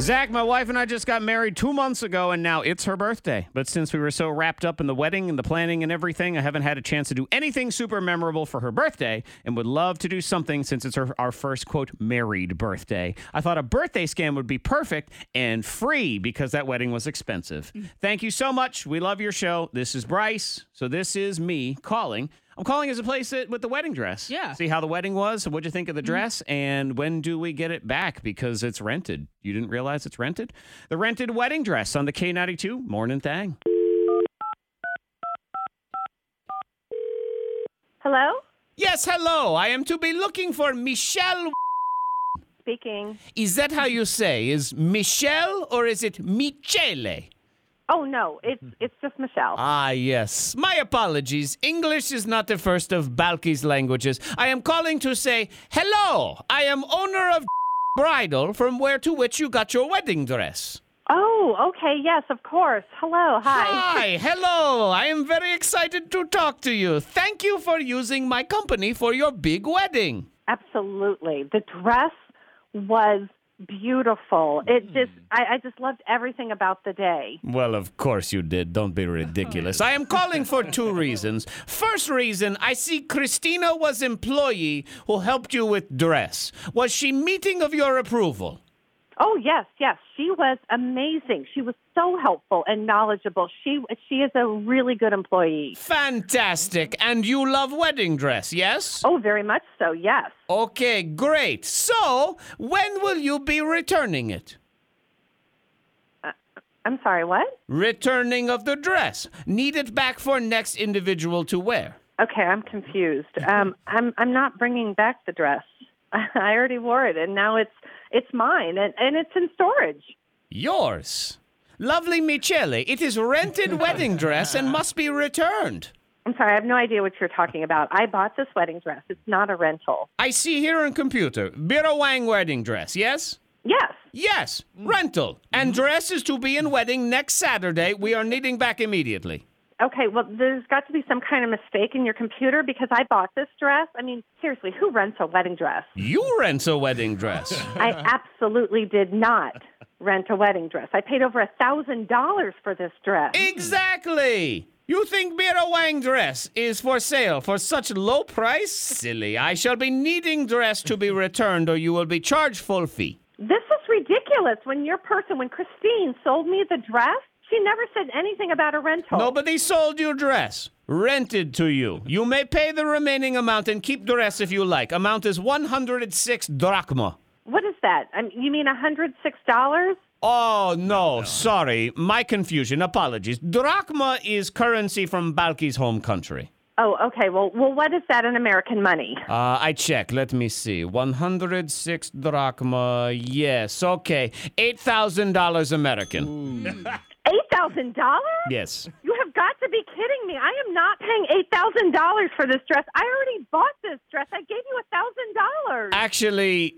Zach, my wife and I just got married two months ago, and now it's her birthday. But since we were so wrapped up in the wedding and the planning and everything, I haven't had a chance to do anything super memorable for her birthday and would love to do something since it's her, our first, quote, married birthday. I thought a birthday scam would be perfect and free because that wedding was expensive. Thank you so much. We love your show. This is Bryce. So this is me calling. I'm calling as a place that, with the wedding dress. Yeah. See how the wedding was. What'd you think Mm-hmm. of the dress? And when do we get it back? Because it's rented. You didn't realize it's rented? The rented wedding dress on the K92 Morning Thang. Hello? Yes, hello. I am to be looking for Michelle. Speaking. Is that how you say? Is Michelle or is it Michele? Oh no, it's it's just Michelle. Ah, yes. My apologies. English is not the first of Balki's languages. I am calling to say, hello, I am owner of Bridal, from where to which you got your wedding dress. oh, okay, yes, of course. Hello, hi. Hi, hello. I am very excited to talk to you. Thank you for using my company for your big wedding. Absolutely. The dress was beautiful. It just I, I just loved everything about the day. Well, of course you did. Don't be ridiculous. I am calling for two reasons. First reason, I see Christina was employee who helped you with dress. Was she meeting of your approval? Oh yes, yes. She was amazing. She was so helpful and knowledgeable. She she is a really good employee. Fantastic. And you love wedding dress, yes? Oh, very much so. Yes. Okay, great. So, when will you be returning it? I'm sorry, what? Returning of the dress. Need it back for next individual to wear. Okay, I'm confused. Um, I'm I'm not bringing back the dress. I already wore it, and now it's it's mine, and, and it's in storage. Yours. Lovely Michele, it is rented wedding dress and must be returned. I'm sorry, I have no idea what you're talking about. I bought this wedding dress. It's not a rental. I see here on computer, Bira Wang wedding dress, yes? Yes. Yes, rental. And dress is to be in wedding next Saturday. We are needing back immediately. Okay, well, there's got to be some kind of mistake in your computer because I bought this dress. I mean, seriously, who rents a wedding dress? You rent a wedding dress. I absolutely did not rent a wedding dress. I paid over a thousand dollars for this dress. exactly. You think Bira Wang dress is for sale for such low price? Silly. I shall be needing dress to be returned or you will be charged full fee. This is ridiculous. When your person, when Christine sold me the dress, she never said anything about a rental. Nobody sold your dress. rented to you. You may pay the remaining amount and keep the rest if you like. Amount is 106 drachma. What is that? I mean, you mean $106? Oh, no, sorry. My confusion. Apologies. Drachma is currency from Balki's home country. Oh, okay. Well, well, what is that in American money? Uh, I check. Let me see. 106 drachma. Yes. Okay. $8,000 American. $8,000? Yes. You have got to be kidding me. I am not paying $8,000 for this dress. I already bought this dress. I gave you $1,000. Actually,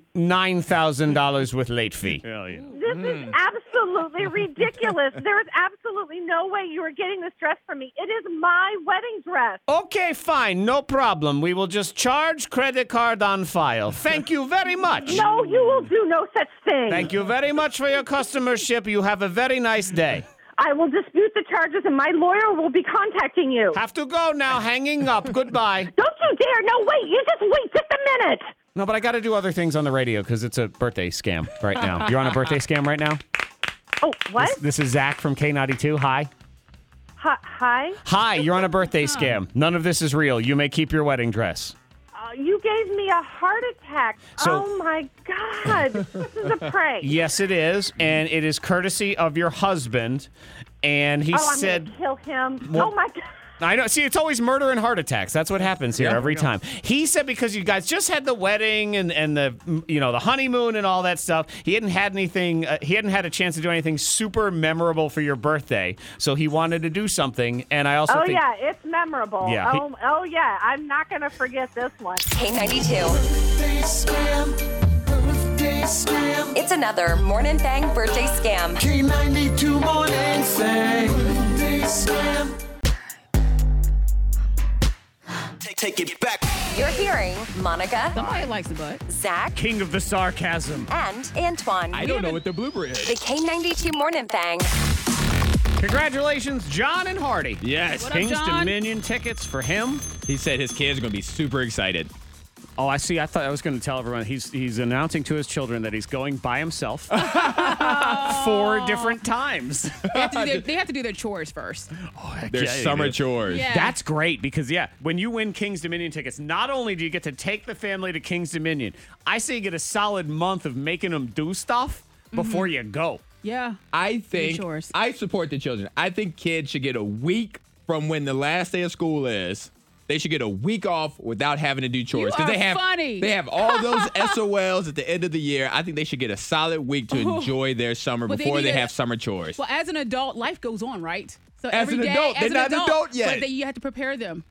$9,000 with late fee. Hell yeah. This Mm. is absolutely ridiculous. There is absolutely no way you are getting this dress from me. It is my wedding dress. Okay, fine. No problem. We will just charge credit card on file. Thank you very much. No, you will do no such thing. Thank you very much for your customership. You have a very nice day. I will dispute the charges, and my lawyer will be contacting you. Have to go now. Hanging up. Goodbye. Don't you dare. No, wait. You just wait just a minute. No, but I got to do other things on the radio because it's a birthday scam right now. You're on a birthday scam right now? Oh, what? This is Zach from K92. Hi. Hi- Hi. Hi, you're on a birthday scam. None of this is real. You may keep your wedding dress. Uh, you gave me a heart attack. So- oh, my God. this is a prank. Yes, it is. And it is courtesy of your husband. And he oh, I'm said. gonna kill him. Well- oh, my God. I know. See, it's always murder and heart attacks. That's what happens here every time. He said because you guys just had the wedding and and the mm, you know the honeymoon and all that stuff. He hadn't had anything. Uh, he hadn't had a chance to do anything super memorable for your birthday. So he wanted to do something. And I also oh, think yeah. It's memorable. Yeah, he- oh, oh, yeah. I'm not going to forget this one. It's another Morning Thang birthday scam. K92 Morning Thang birthday Mm. scam. Take, take it back. You're hearing Monica. Somebody likes the butt. Zach king of the sarcasm. and Antoine. I don't know what the blooper is. The K92 Morning Thang. Congratulations, John and Hardy. Yes. Kings Dominion tickets for him. He said his kids are going to be super excited. Oh, I see. I thought I was going to tell everyone he's he's announcing to his children that he's going by himself four different times. They have, to do their, they have to do their chores first. Their Yeah, you summer do. chores. Yeah. That's great because yeah, when you win King's Dominion tickets, not only do you get to take the family to King's Dominion, I say you get a solid month of making them do stuff before Mm-hmm. you go. Yeah. I think I support the children. I think kids should get a week from when the last day of school is. They should get a week off without having to do chores You they are have funny. they have all those SOLs at the end of the year. I think they should get a solid week to Oh. enjoy their summer But they before need they, to- have summer chores. Well, as an adult, life goes on, right? So As every an day, adult. as They're an not an adult yet. But they, you have to prepare them.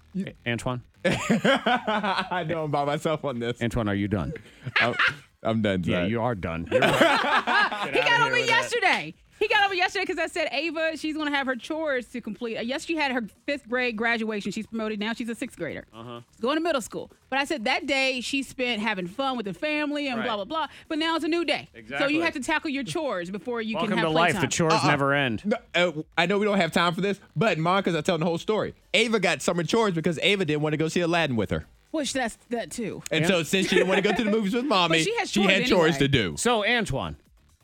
Antoine, I know I'm by myself on this. Antoine, are you done? I'm, I'm done. Yeah, Zach. you are done. he got on me yesterday. He got on me yesterday because I said Ava, she's going to have her chores to complete. Uh, Yes, she had her fifth grade graduation. She's promoted now. She's a sixth grader. Uh-huh. She's going to middle school. But I said that day she spent having fun with the family and blah Right. blah blah. But now it's a new day. So Exactly. you have to tackle your chores before you Welcome can have to life. The playtime. Uh-uh. chores never end. Uh-uh. No, uh, I know we don't have time for this, but Monica's I telling the whole story. Ava got summer chores because Ava didn't want to go see Aladdin with her. Which that's that too. And so since she didn't want to go to the movies with mommy, But she has she chores had chores anyway. to do. So Antoine,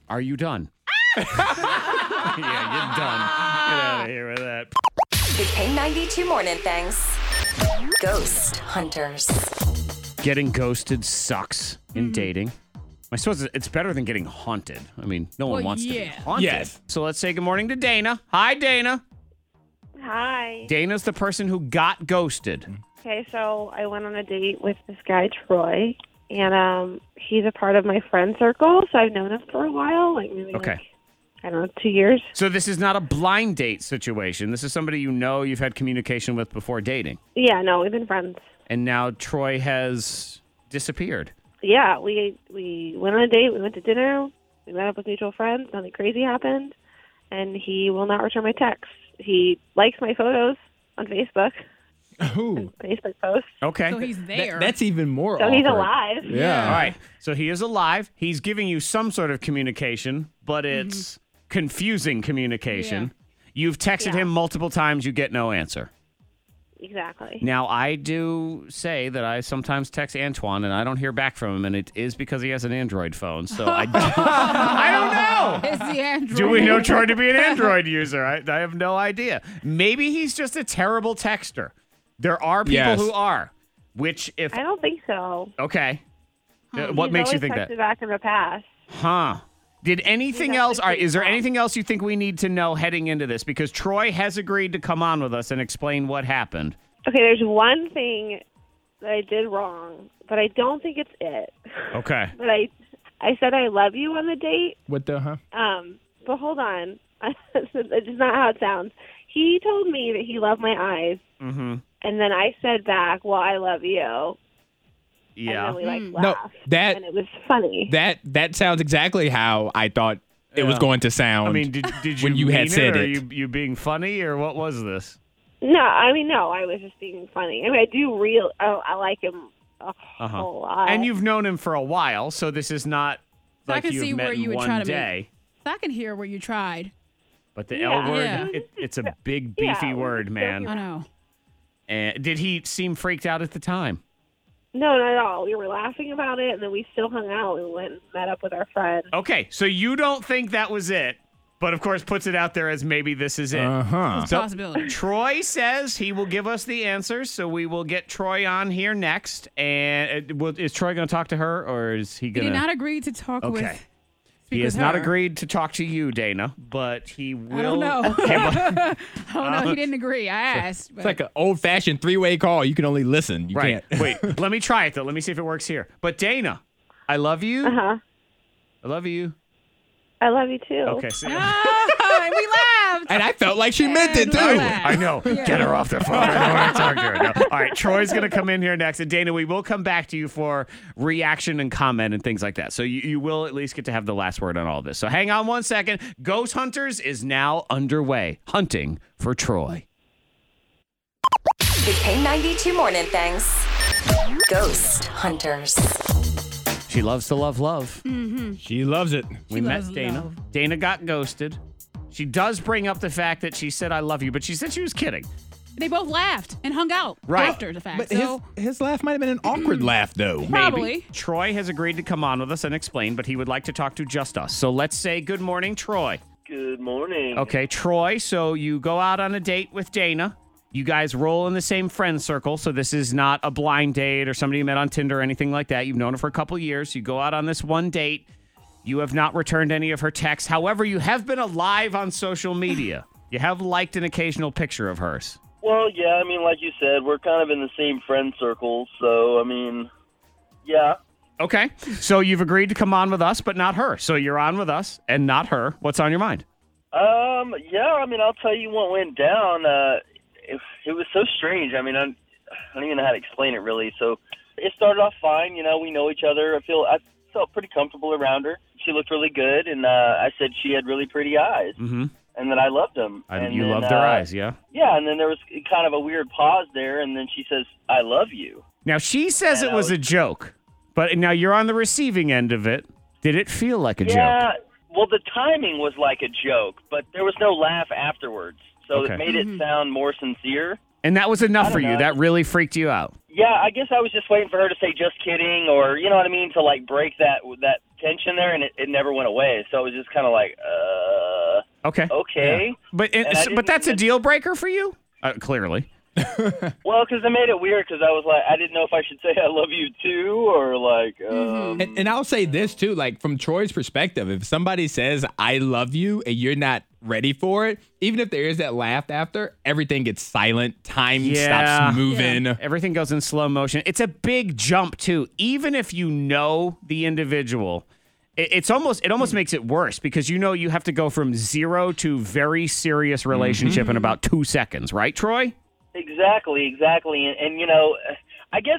are you done? yeah, you're done. Ah! Get out of here with that. The K92 Morning Thangs. Ghost Hunters. Getting ghosted sucks in Mm-hmm. dating. I suppose it's better than getting haunted. I mean, no one Well, wants to be yeah. haunted. Yes. So let's say good morning to Dana. Hi, Dana. Hi. Dana's the person who got ghosted. Mm-hmm. Okay, so I went on a date with this guy Troy, and um, he's a part of my friend circle, so I've known him for a while, like maybe like, Okay. I don't know, two years. So this is not a blind date situation. This is somebody you know you've had communication with before dating. Yeah, no, we've been friends. And now Troy has disappeared. Yeah, we we went on a date, we went to dinner, we met up with mutual friends, nothing crazy happened, and he will not return my texts. He likes my photos on Facebook, Hmm. Who? Facebook posts. Okay. So he's there. that's even more. So he's awkward. alive. Yeah. All right. So he is alive. He's giving you some sort of communication, but it's confusing communication. You've texted Yeah. him multiple times, you get no answer. Exactly. Now, I do say that I sometimes text Antoine and I don't hear back from him, and it is because he has an Android phone. So I, I don't know. It's the Android. Do we know Troy to be an Android user? I, I have no idea. Maybe he's just a terrible texter. There are people Yes. who are, which if I don't think so. okay, Uh, He's what makes you always think that? texted back in the past. Huh. Did anything else? All right, is there anything else you think we need to know heading into this? Because Troy has agreed to come on with us and explain what happened. Okay, there's one thing that I did wrong, but I don't think it's it. Okay. But I, I said I love you on the date. What the Uh-huh. huh? Um, but hold on, it's not how it sounds. He told me that he loved my eyes, Mm-hmm. and then I said back, "Well, I love you." Yeah. And we Hmm. like No, laughed, that and it was funny. That that sounds exactly how I thought it was Yeah. going to sound. I mean, did, did you when you mean had it, said or it? You, you being funny, or what was this? No, I mean no, I was just being funny. I mean, I do real. I, I like him a Oh, whole lot. Uh-huh. And you've known him for a while, so this is not So I like can you've see met where in you would one try to make- day. So I can hear where you tried. But the Yeah. L word, Yeah. it, it's a big, beefy Yeah, word, I man. know. And did he seem freaked out at the time? No, not at all. We were laughing about it, and then we still hung out. We went and met up with our friend. Okay, so you don't think that was it, but of course puts it out there as maybe this is it. Uh-huh. It's a possibility. Troy says he will give us the answers, so we will get Troy on here next. And uh, will- is Troy going to talk to her, or is he He going did not to? agree to talk with. Okay. He speak has with not her. agreed to talk to you, Dana, but he will. Uh, I don't know. Okay, well, I don't know. He didn't agree. I asked. It's like an old fashioned three way call. You can only listen. You right. can't. Wait, let me try it though. Let me see if it works here. But Dana, I love you. Uh huh. I love you. I love you too. Okay. See ya. and we laughed. And I felt like she meant it too. I know. Get her off the phone. I don't want to talk to her. No. All right, Troy's going to come in here next. And Dana, we will come back to you for reaction and comment and things like that. So you, you will at least get to have the last word on all this. So hang on one second. Ghost Hunters is now underway, hunting for Troy. The K92 Morning Things. Ghost Hunters. She loves to love love. Mm-hmm. She loves it. We met Dana. Dana got ghosted. She does bring up the fact that she said, I love you, but she said she was kidding. They both laughed and hung out Right. after the fact. But so his, his laugh might have been an awkward laugh, though. Probably. Troy has agreed to come on with us and explain, but he would like to talk to just us. So let's say good morning, Troy. Good morning. Okay, Troy, so you go out on a date with Dana. You guys roll in the same friend circle, so this is not a blind date or somebody you met on Tinder or anything like that. You've known her for a couple years. You go out on this one date. You have not returned any of her texts. However, you have been alive on social media. You have liked an occasional picture of hers. Well, yeah, I mean, like you said, we're kind of in the same friend circle, so I mean, yeah. Okay, so you've agreed to come on with us, but not her. So you're on with us and not her. What's on your mind? Um, yeah, I mean, I'll tell you what went down. Uh, it, it was so strange. I mean, I'm, I don't even know how to explain it really. So it started off fine. You know, we know each other. I feel I felt pretty comfortable around her. She looked really good, and uh, I said she had really pretty eyes, Mm-hmm. and that I loved them. And and you then, loved her uh, eyes, yeah? Yeah, and then there was kind of a weird pause there, and then she says, "I love you." Now she says it was a joke, but now you're on the receiving end of it. Did it feel like a joke? yeah, well, the timing was like a joke, but there was no laugh afterwards, so Okay. it made it sound more sincere. And that was enough I for don't you. know. That really freaked you out. Yeah, I guess I was just waiting for her to say "just kidding" or you know what I mean to like break that that tension there, and it, it never went away. So it was just kind of like, uh, Okay. okay. Yeah. But And I it, but didn't that's a deal breaker for you? Uh, clearly. Well, because it made it weird, because I was like, I didn't know if I should say "I love you too" or like, um, And, and I'll say this too, like from Troy's perspective, if somebody says "I love you" and you're not ready for it, even if there is that laugh after, everything gets silent. Time stops moving. Yeah. Everything goes in slow motion. It's a big jump too. Even if you know the individual, it, it's almost it almost makes it worse because you know you have to go from zero to very serious relationship Mm-hmm. in about two seconds, right, Troy? Exactly, exactly. And, and you know, I guess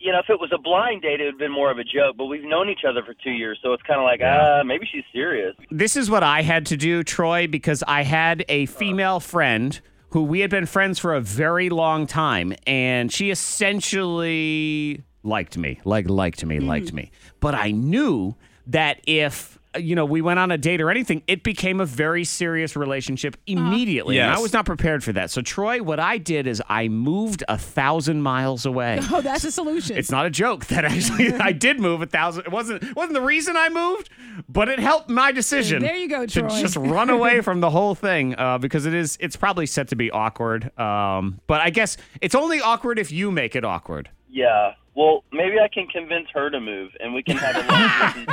you know if it was a blind date, it would have been more of a joke. But we've known each other for two years, so it's kind of like, ah, maybe she's serious. This is what I had to do, Troy, because I had a female friend who we had been friends for a very long time, and she essentially liked me, like liked me, liked me. But I knew that if you know, we went on a date or anything, it became a very serious relationship immediately. And Yes. I was not prepared for that. So, Troy, what I did is I moved a thousand miles away. Oh, that's a solution. It's not a joke that actually I did move a thousand. It wasn't it wasn't the reason I moved, but it helped my decision. There you go, to Troy. just run away from the whole thing uh, because it is it's probably set to be awkward. Um, but I guess it's only awkward if you make it awkward. Yeah. Well, maybe I can convince her to move, and we can have a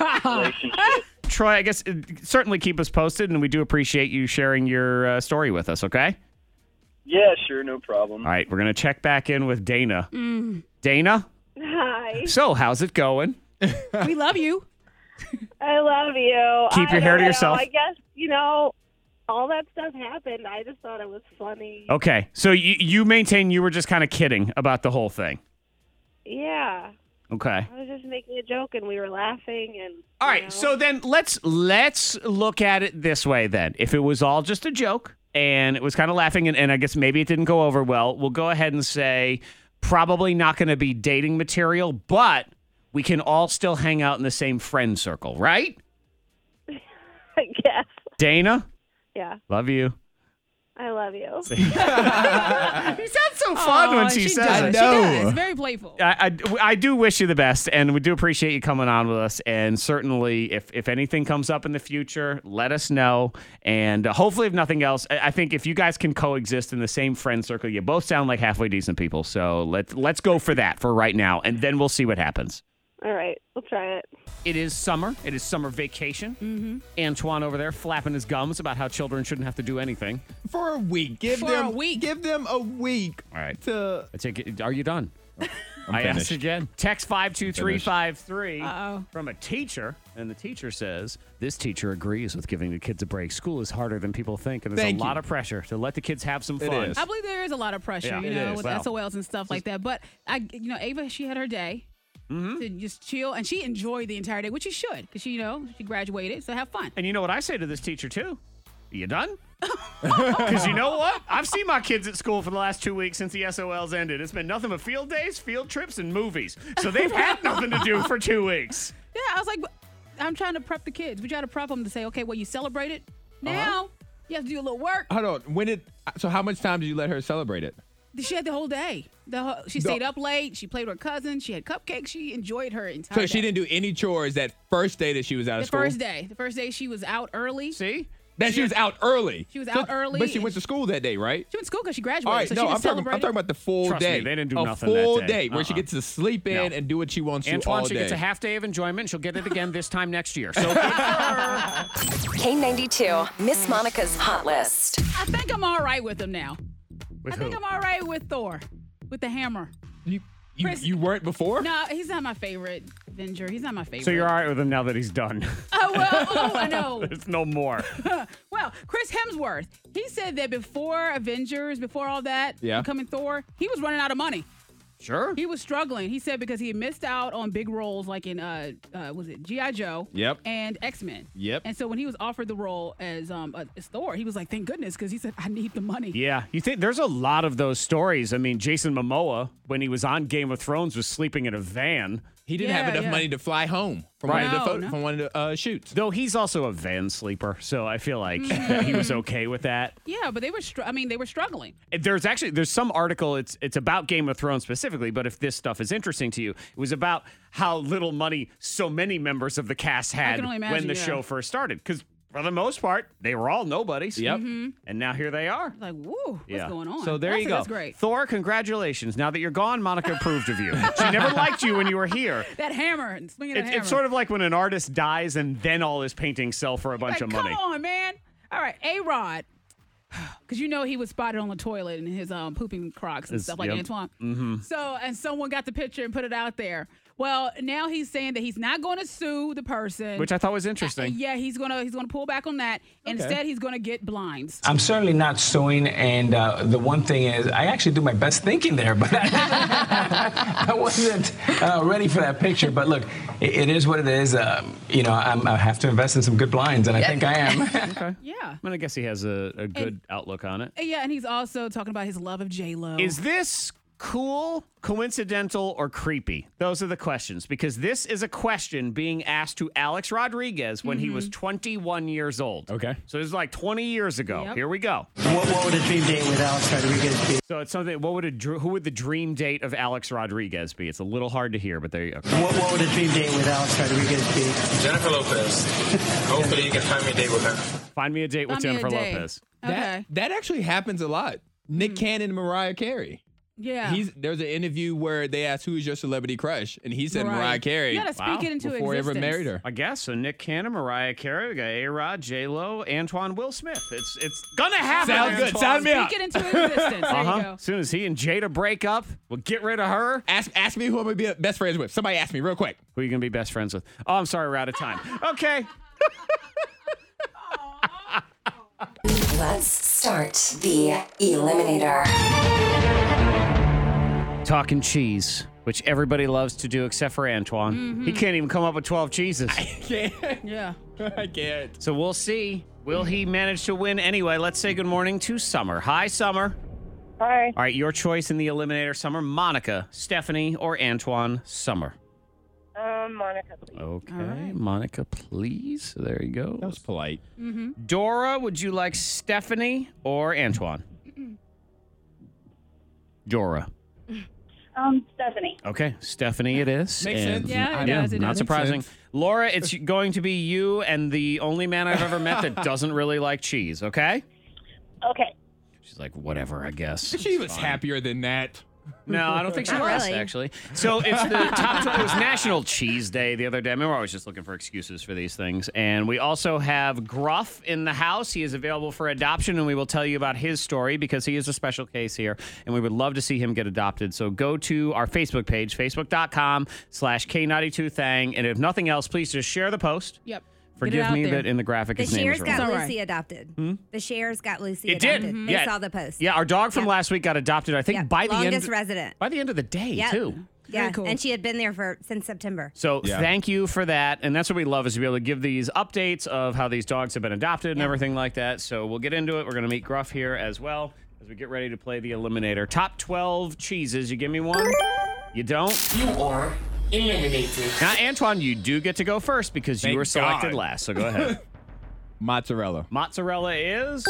long relationship. Troy, I guess uh, certainly keep us posted, and we do appreciate you sharing your uh, story with us. Okay. Yeah, sure, no problem. All right, we're gonna check back in with Dana. Mm. Dana, Hi. so how's it going? we love you. I love you. Keep I your hair to don't know. yourself. I guess, you know, all that stuff happened. I just thought it was funny. Okay, so you you maintain you were just kind of kidding about the whole thing. Yeah. Okay. I was just making a joke and we were laughing and All right, so then let's let's look at it this way then. If it was all just a joke and it was kind of laughing and, and I guess maybe it didn't go over well, we'll go ahead and say probably not going to be dating material, but we can all still hang out in the same friend circle, right? I guess. Dana, Yeah. love you. I love you. you sound so fun when she says it. does. She does. Very playful. I, I, I do wish you the best, and we do appreciate you coming on with us. And certainly, if, if anything comes up in the future, let us know. And uh, hopefully, if nothing else, I, I think if you guys can coexist in the same friend circle, you both sound like halfway decent people. So let's let's go for that for right now, and then we'll see what happens. All right, we'll try it. It is summer. It is summer vacation. Antoine over there flapping his gums about how children shouldn't have to do anything. for a week. Give For them a week. Give them a week All right. to. I take it. Are you done? I asked finished. again. Text 52353 Uh-oh. from a teacher, and the teacher says, This teacher agrees with giving the kids a break. School is harder than people think, and there's Thank a you. lot of pressure to let the kids have some It fun. is. I believe there is a lot of pressure, Yeah, you it know, is. with Wow. SOLs and stuff like that. But I, you know, Ava, she had her day Mm-hmm. to just chill, and she enjoyed the entire day, which she should, because she, you know, she graduated, so have fun. And you know what I say to this teacher, too? You done? Because you know what? I've seen my kids at school for the last two weeks since the SOLs ended. It's been nothing but field days, field trips, and movies. So they've had nothing to do for two weeks. Yeah, I was like, but I'm trying to prep the kids. We try to prep them to say, okay, well, you celebrated. Uh-huh. Now you have to do a little work. Hold on. When did? So how much time did you let her celebrate it? She had the whole day. The whole, she The- stayed up late. She played with her cousin. She had cupcakes. She enjoyed her entire. So she day. didn't do any chores that first day that she was out The of school. first day. The first day she was out early. See? That she was out early. She was So- out early But she and went to school that day, right? She went to school because she graduated. All right, so no, she I'm was talking, celebrating. I'm talking about the full Trust me, day. they didn't do a nothing that full day. where she Uh-uh. gets to sleep in No. and do what she wants to Antoine, all she day. gets a half day of enjoyment. She'll get it again this time next year. So K92, Miss Monica's Hot List. I think I'm all right with him now. With I think who? I'm all right with Thor, with the hammer. you, you, you weren't before? No, he's not my favorite Avenger. He's not my favorite. So you're all right with him now that he's done. Oh well, oh, I know. There's no more. Well, Chris Hemsworth, he said that before Avengers, before all that, Yeah. becoming Thor, he was running out of money. Sure. He was struggling. He said because he had missed out on big roles like in uh, uh was it GI Joe? Yep. And X Men. Yep. And so when he was offered the role as um uh, as Thor, he was like, thank goodness, because he said I need the money. Yeah, you think there's a lot of those stories. I mean, Jason Momoa, when he was on Game of Thrones, was sleeping in a van. He didn't have Yeah, enough yeah. money to fly home from one of the, No, photo, no. from one of the uh, shoots. Though he's also a van sleeper, so I feel like Mm. that he was okay with that. Yeah, but they were. Str- I mean, they were struggling. there's actually there's some article it's it's about game of thrones specifically but if this stuff is interesting to you it was about how little money so many members of the cast had can only when imagine, the yeah. show first started because for the most part they were all nobodies Yep. and now here they are Mm-hmm. Like, woo, what's going on? So there That's- you go. That's great. Thor, congratulations. Now that you're gone, Monica approved of you. She never liked you when you were here. That hammer and swinging It's, that hammer. it's sort of like when an artist dies and then all his paintings sell for a bunch like, of money. Come on, man. All right, A Rod, because you know he was spotted on the toilet in his um pooping crocs and It's- stuff like yep. Antoine. Mhm. So and someone got the picture and put it out there. Well, now he's saying that he's not going to sue the person, Uh, Which I thought was interesting. Yeah, he's gonna he's gonna pull back on that. Okay. Instead, he's gonna get blinds. I'm certainly not suing, and uh, the one thing is, I actually do my best thinking there, but I, I wasn't uh, ready for that picture. But look, it, it is what it is. Uh, you know, I'm, I have to invest in some good blinds, and I think I am. okay. Yeah. I'm going to guess he has a, a good outlook on it. Yeah, and he's also talking about his love of J Lo. Is this Cool, coincidental, or creepy? Those are the questions because this is a question being asked to Alex Rodriguez when he Mm-hmm. was 21 years old. Okay. So this is like 20 years ago. Yep. Here we go. What, what would a dream date with Alex Rodriguez be? So it's something. What would a dr- who would the dream date of Alex Rodriguez be? It's a little hard to hear, but there you go. What, what would a dream date with Alex Rodriguez be? Jennifer Lopez. Hopefully, you can find me a date with her. Find me a date with Find me a Jennifer date. Lopez. That, that actually happens a lot. Nick Cannon and Mariah Carey. Yeah. He's there's an interview where they asked who is your celebrity crush, and he said Mariah Carey. before he ever married her. I guess so. Nick Cannon, Mariah Carey, we got A Rod, J Lo, Antoine, Will Smith. It's it's gonna happen. Sounds good. Sign me up. Speak it into existence. There you Uh-huh. go. As soon as he and Jada break up, we'll get rid of her. Ask ask me who I'm gonna be best friends with. Somebody ask me real quick. Who are you gonna be best friends with? Oh, I'm sorry, we're out of time. Okay. Let's start the eliminator. Talking cheese, which everybody loves to do except for Antoine. Mm-hmm. He can't even come up with 12 cheeses. Yeah. I can't. so we'll see. Will he manage to win anyway? Let's say good morning to Summer. Hi, Summer. Hi. All right, your choice in the eliminator, Summer, Monica, Stephanie, or Antoine Summer. Um, Monica. Okay, Monica, please. There you go. That was polite. Mm-hmm. Dora, would you like Stephanie or Antoine? Dora. Um, Stephanie. Okay, Stephanie it is. Makes and- sense. Yeah, it does, it Not does. surprising. Makes sense. Laura, it's going to be you and the only man I've ever met that doesn't really like cheese, okay? Okay. She's like, whatever, I guess. She was happier than that. No, I don't think she Not was really. actually. So it's the top. tw- it was National Cheese Day the other day. I remember I was just looking for excuses for these things. And we also have Gruff in the house. He is available for adoption, and we will tell you about his story because he is a special case here, and we would love to see him get adopted. So go to our Facebook page, facebook.com/slash K92Thang, and if nothing else, please just share the post. Yep. Forgive out me there. that in the graphic The his name is shares wrong. Hmm? got Lucy adopted. The shares got Lucy It did. adopted. They Yeah. saw the post. Yeah, our dog from last week got adopted. I think Yeah, by the longest end resident. by the end of the day Yeah. too. Yeah, and she had been there for since September. So thank you for that. And that's what we love is to be able to give these updates of how these dogs have been adopted and everything like that. So we'll get into it. We're going to meet Gruff here as well as we get ready to play the Eliminator. Top 12 cheeses. You give me one? You don't? You are eliminated. Now, Antoine, you do get to go first because you Thank were selected God. last. So go ahead. Mozzarella. Mozzarella is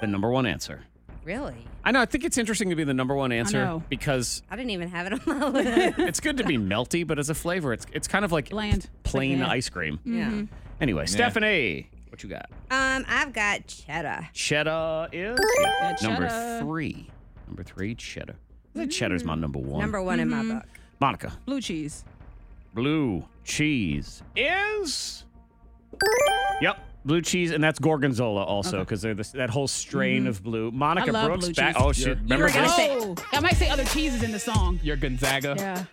the number one answer. Really? I know. I think it's interesting to be the number one answer know. because I didn't even have it on my list. it's good to be melty, but as a flavor, it's it's kind of like Bland. plain Yeah. ice cream. Mm. Yeah. Mhm. Anyway, Stephanie, what you got? Um, I've got cheddar. Cheddar is Got number cheddar. three. Number three, cheddar. I Mm. think cheddar's my number one. Number one in my book. Monica, Mm-hmm. Blue cheese. blue cheese is. Yep, blue cheese, and that's gorgonzola also because they're the, that whole strain of blue. Monica Mm-hmm. I love Brooks blue back. cheese. Oh, she You remembers were gonna this. say- I might say other cheeses in the song. You're Gonzaga. Yeah.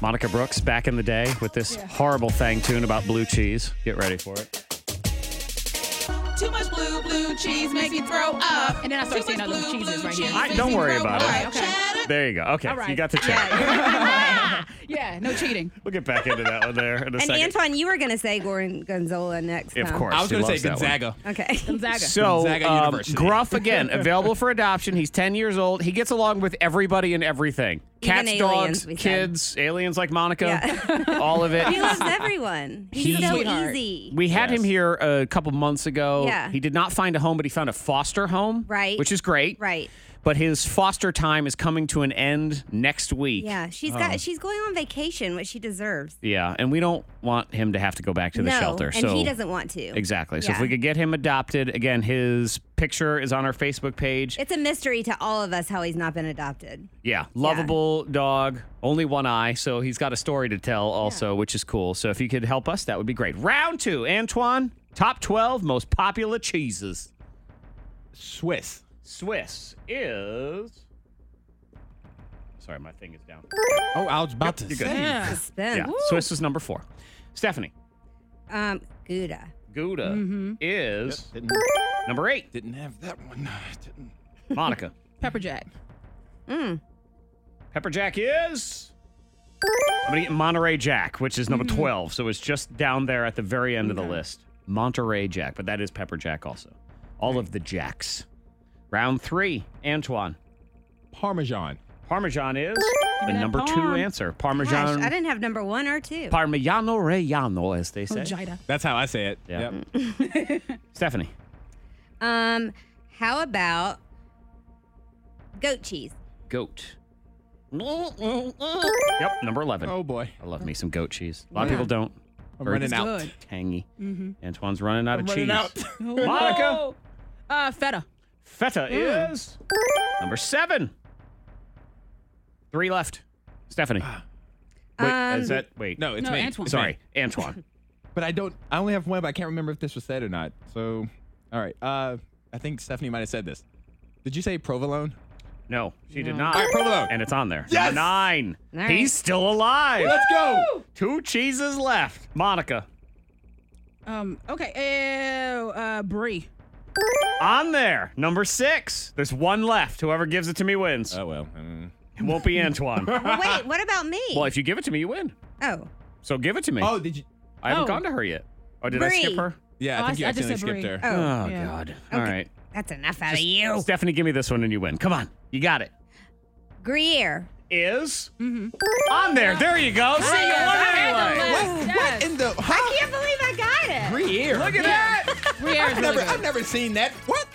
Monica Brooks back in the day with this horrible thang tune about blue cheese. Get ready for it. Too much blue, blue cheese makes me throw up. And then I start saying other cheeses right now. I, don't worry about it. All right, okay. There you go. Okay, All right. you got the check. Yeah, no cheating. We'll get back into that one there in a And second. Antoine, you were gonna say Gorgonzola next. Of time. course, I was he gonna say loves that one. Gonzaga. Okay. Gonzaga. So, um, Gruff again, available for adoption. He's 10 years old. He gets along with everybody and everything Even cats, aliens, we dogs, said. kids, aliens like Monica, all of it. He loves everyone. He's He- so Sweetheart. easy. We had him here a couple months ago. Yeah. He did not find a home, but he found a foster home, Right. Which is great. Right. But his foster time is coming to an end next week. Yeah, she's Oh. got she's going on vacation, which she deserves. Yeah, and we don't want him to have to go back to the no, shelter. and so he doesn't want to. Exactly. So if Yeah. we could get him adopted, again, his picture is on our Facebook page. It's a mystery to all of us how he's not been adopted. Yeah, lovable dog, only one eye, so he's got a story to tell also, which is cool. So if you could help us, that would be great. Round 2, Antoine, top 12 most popular cheeses. Swiss. Swiss is Sorry, my thing is down. Oh, I was about to You're good. say. Yeah. Suspense. Yeah, Woo. Swiss is number 4. Stephanie, Um, Gouda. Gouda Mhm. is number 8. Didn't have that one. Monica, Pepper Jack. Mm. Pepper Jack is. I'm gonna get Monterey Jack, which is number Mm-hmm. Mhm. 12. So it's just down there at the very end of the list. Monterey Jack, but that is Pepper Jack also. All of the Jacks. Round three, Antoine. Parmesan. Parmesan is the me that number two parm. answer. Gosh, Parmesan. I didn't have number one or two. Parmigiano Reggiano, as Oh, they say. Jida. That's how I say it. Yeah. Stephanie. Um, how about goat cheese? Goat. Yep, number 11. Oh, boy. I love me some goat cheese. A lot Yeah. of people don't. I'm Heard running it's out. Good. Tangy. Mhm. Antoine's running out Mm-hmm. of I'm running cheese. out. Monica. Whoa. Uh, feta. Feta Hmm. Mm. is number seven. Three left. Stephanie. Ah. Wait, Um, is that wait? No, it's No, me. Antoine. Sorry, It's Antoine. But I don't. I only have one. But I can't remember if this was said or not. So, all right. Uh, I think Stephanie might have said this. Did you say provolone? No, she did No. not. All right, provolone. And it's on there. Yes! Number nine. All right. He's still alive. Let's go. Two cheeses left. Monica. Um, okay. Ew, uh, brie. On there. Number six. There's one left. Whoever gives it to me wins. Oh well. It won't be Antoine. Well, wait, what about me? well, if you give it to me, you win. oh, So give it to me. Oh, did you? I haven't Oh. gone to her yet. Oh, did I skip Brie. her? Yeah, I Oh, think I- you I just accidentally said skipped Brie. her. Oh, Oh. Yeah. God. All right. that's enough out of you. Stephanie, give me this one and you win. Come on. You got it. Gruyere. Is Mm-hmm. on there. There you Oh, go. See, you yeah, won I anyway. What, what in the? Huh? I can't believe I got it. Gruyere. Look at that. Gruyere. I've never, I've never seen that. What?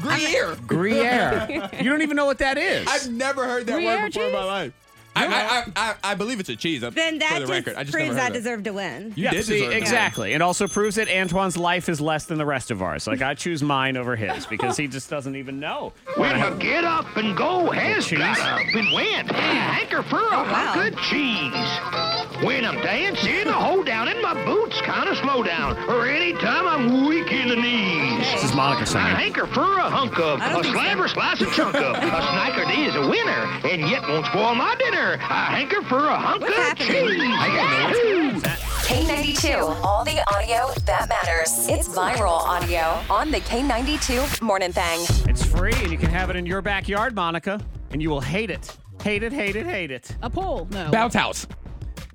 Gruyere. Gruyere. you don't even know what that is. I've never heard that Gruyere word before in my life. I, I, I, I, I believe it's a cheese. uh, Then that for the just record. I just never proves heard I of it. deserve to win. You Yeah, did see, deserve it. exactly. It also proves that Antoine's life is less than the rest of ours. Like I choose mine over his because he just doesn't even know. When I have Get up and go, has Cheese? got up and went. Anchor for a hunk of cheese. When I'm dancing, I hold down in my boots, kind of slow down, or any time I'm weak in the knees. This is Monica I singing. hanker for a hunk of, a slab or slice of chunk of, a snickerdee is a winner, and yet won't spoil my dinner. I hanker for a hunk of cheese. K92, all the audio that matters. It's viral audio on the K92 Morning Thing. It's free and you can have it in your backyard, Monica, and you will hate it. Hate it, hate it, hate it. A pole. No. Bounce house.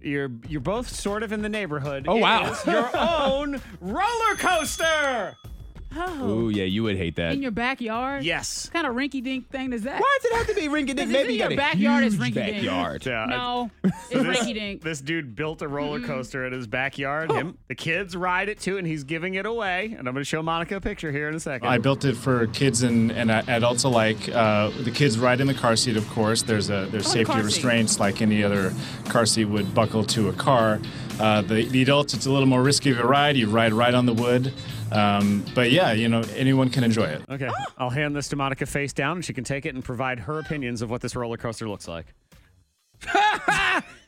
You're you're both sort of in the neighborhood. Oh, It wow. is your own roller coaster. Oh. Ooh, yeah, you would hate that. In your backyard? Yes. What kind of rinky dink thing is that? Why does it have to be rinky dink? Maybe you your got a backyard is huge rinky dink. backyard. Yeah, I- no, it's So this- rinky dink. Mm-hmm. This dude built a roller coaster in his backyard. Him, the kids ride it too, and he's giving it away. And I'm going to show Monica a picture here in a second. I built it for kids and, and uh, adults alike. Uh, the kids ride in the car seat, of course. There's a there's Oh, the safety car seat. restraints like any other car seat would buckle to a car. Uh, the, the adults, it's a little more risky of a ride. You ride right on the wood. Um, but yeah, you know, anyone can enjoy it. Okay, I'll hand this to Monica face down, and she can take it and provide her opinions of what this roller coaster looks like.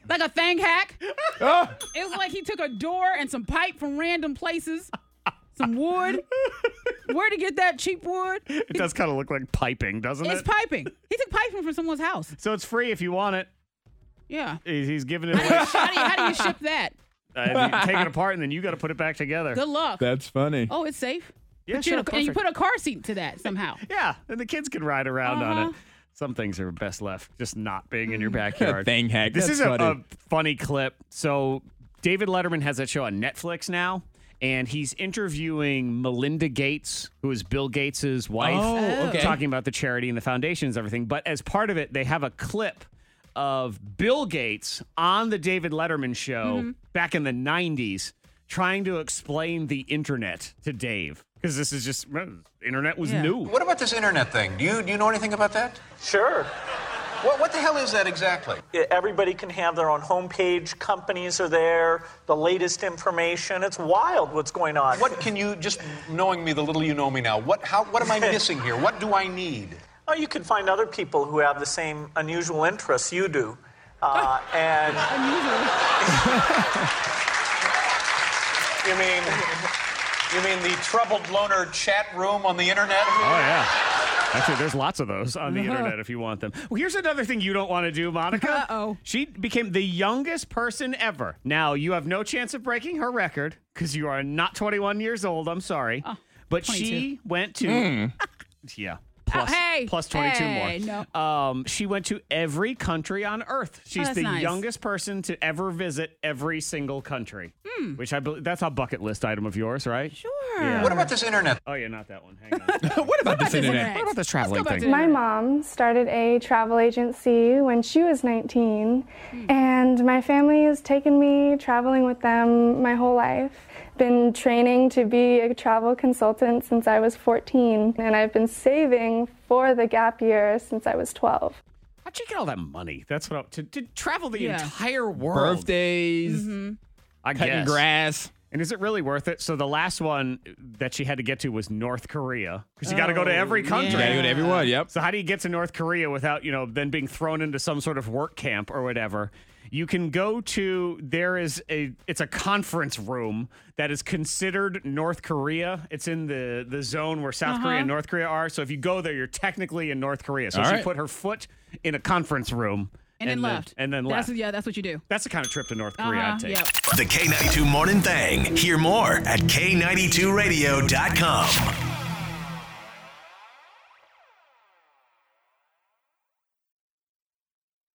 like a thing hack. Ah. it was like he took a door and some pipe from random places, some wood. Where to get that cheap wood? It does kind of look like piping, doesn't It's it? piping. He took piping from someone's house. so it's free if you want it. Yeah. He's he's giving it away. How do you, how do you ship that? Uh, you take it apart, and then you got to put it back together. Good luck. That's funny. Oh, it's safe. Yeah, Put you in sure, a- and you perfect. put a car seat to that somehow. Yeah, and the kids can ride around on Uh-huh. it. Some things are best left just not being in your backyard. Thing hack. This is That's a, funny. a funny clip. So David Letterman has that show on Netflix now, and he's interviewing Melinda Gates, who is Bill Gates's wife, Oh, okay. talking about the charity and the foundations and everything. But as part of it, they have a clip of Bill Gates on the David Letterman show back in the 90s trying to explain the internet to Dave. Because this is just, well, internet was new. What about this internet thing? Do you do you know anything about that? Sure. What what the hell is that exactly? Everybody can have their own homepage. Companies are there. The latest information. It's wild what's going on. What can you just knowing me the little you know me now? What how what am I missing here? What do I need? Oh, you can find other people who have the same unusual interests you do. Uh, and. You mean you mean the troubled loner chat room on the internet? Oh yeah. Actually, there's lots of those on the Uh-huh. internet if you want them. Well, here's another thing you don't want to do, Monica. Uh oh. She became the youngest person ever. Now you have no chance of breaking her record because you Oh, Hmm. are not 21 years old. I'm sorry, but she went to yeah plus- Uh, hey, plus 22 hey, more. no. Oh, Um, she went to every country on Earth. She's that's the nice. youngest person to ever visit every single country, Hmm. which I believe that's a bucket list item of yours, right? Sure. What about this internet? Oh, yeah, not that one. Hang on. what about this internet? What about this traveling thing? My mom started a travel agency when she was 19, and my family has taken me traveling with them my whole life. Been training to be a travel consultant since I was 14, and I've been saving for the gap year since I was 12. How'd you get all that money? That's what I, to, to travel the Yeah. entire world. Birthdays, I cutting guess. grass. And is it really worth it? So the last one that she had to get to was North Korea because you got to go to Oh, every country. yeah. You gotta go to everyone, Yep. So how do you get to North Korea without you know then being thrown into some sort of work camp or whatever? You can go to there is a it's a conference room that is considered North Korea. It's in the the zone where South Korea Uh-huh. and North Korea are. So if you go there, you're technically in North Korea. So All she right. put her foot in a conference room And then left. and then That's, left. yeah, that's what you do. That's the kind of trip to North Korea Uh-huh, I'd take. yep. The K92 Morning Thing. Hear more at K92Radio.com.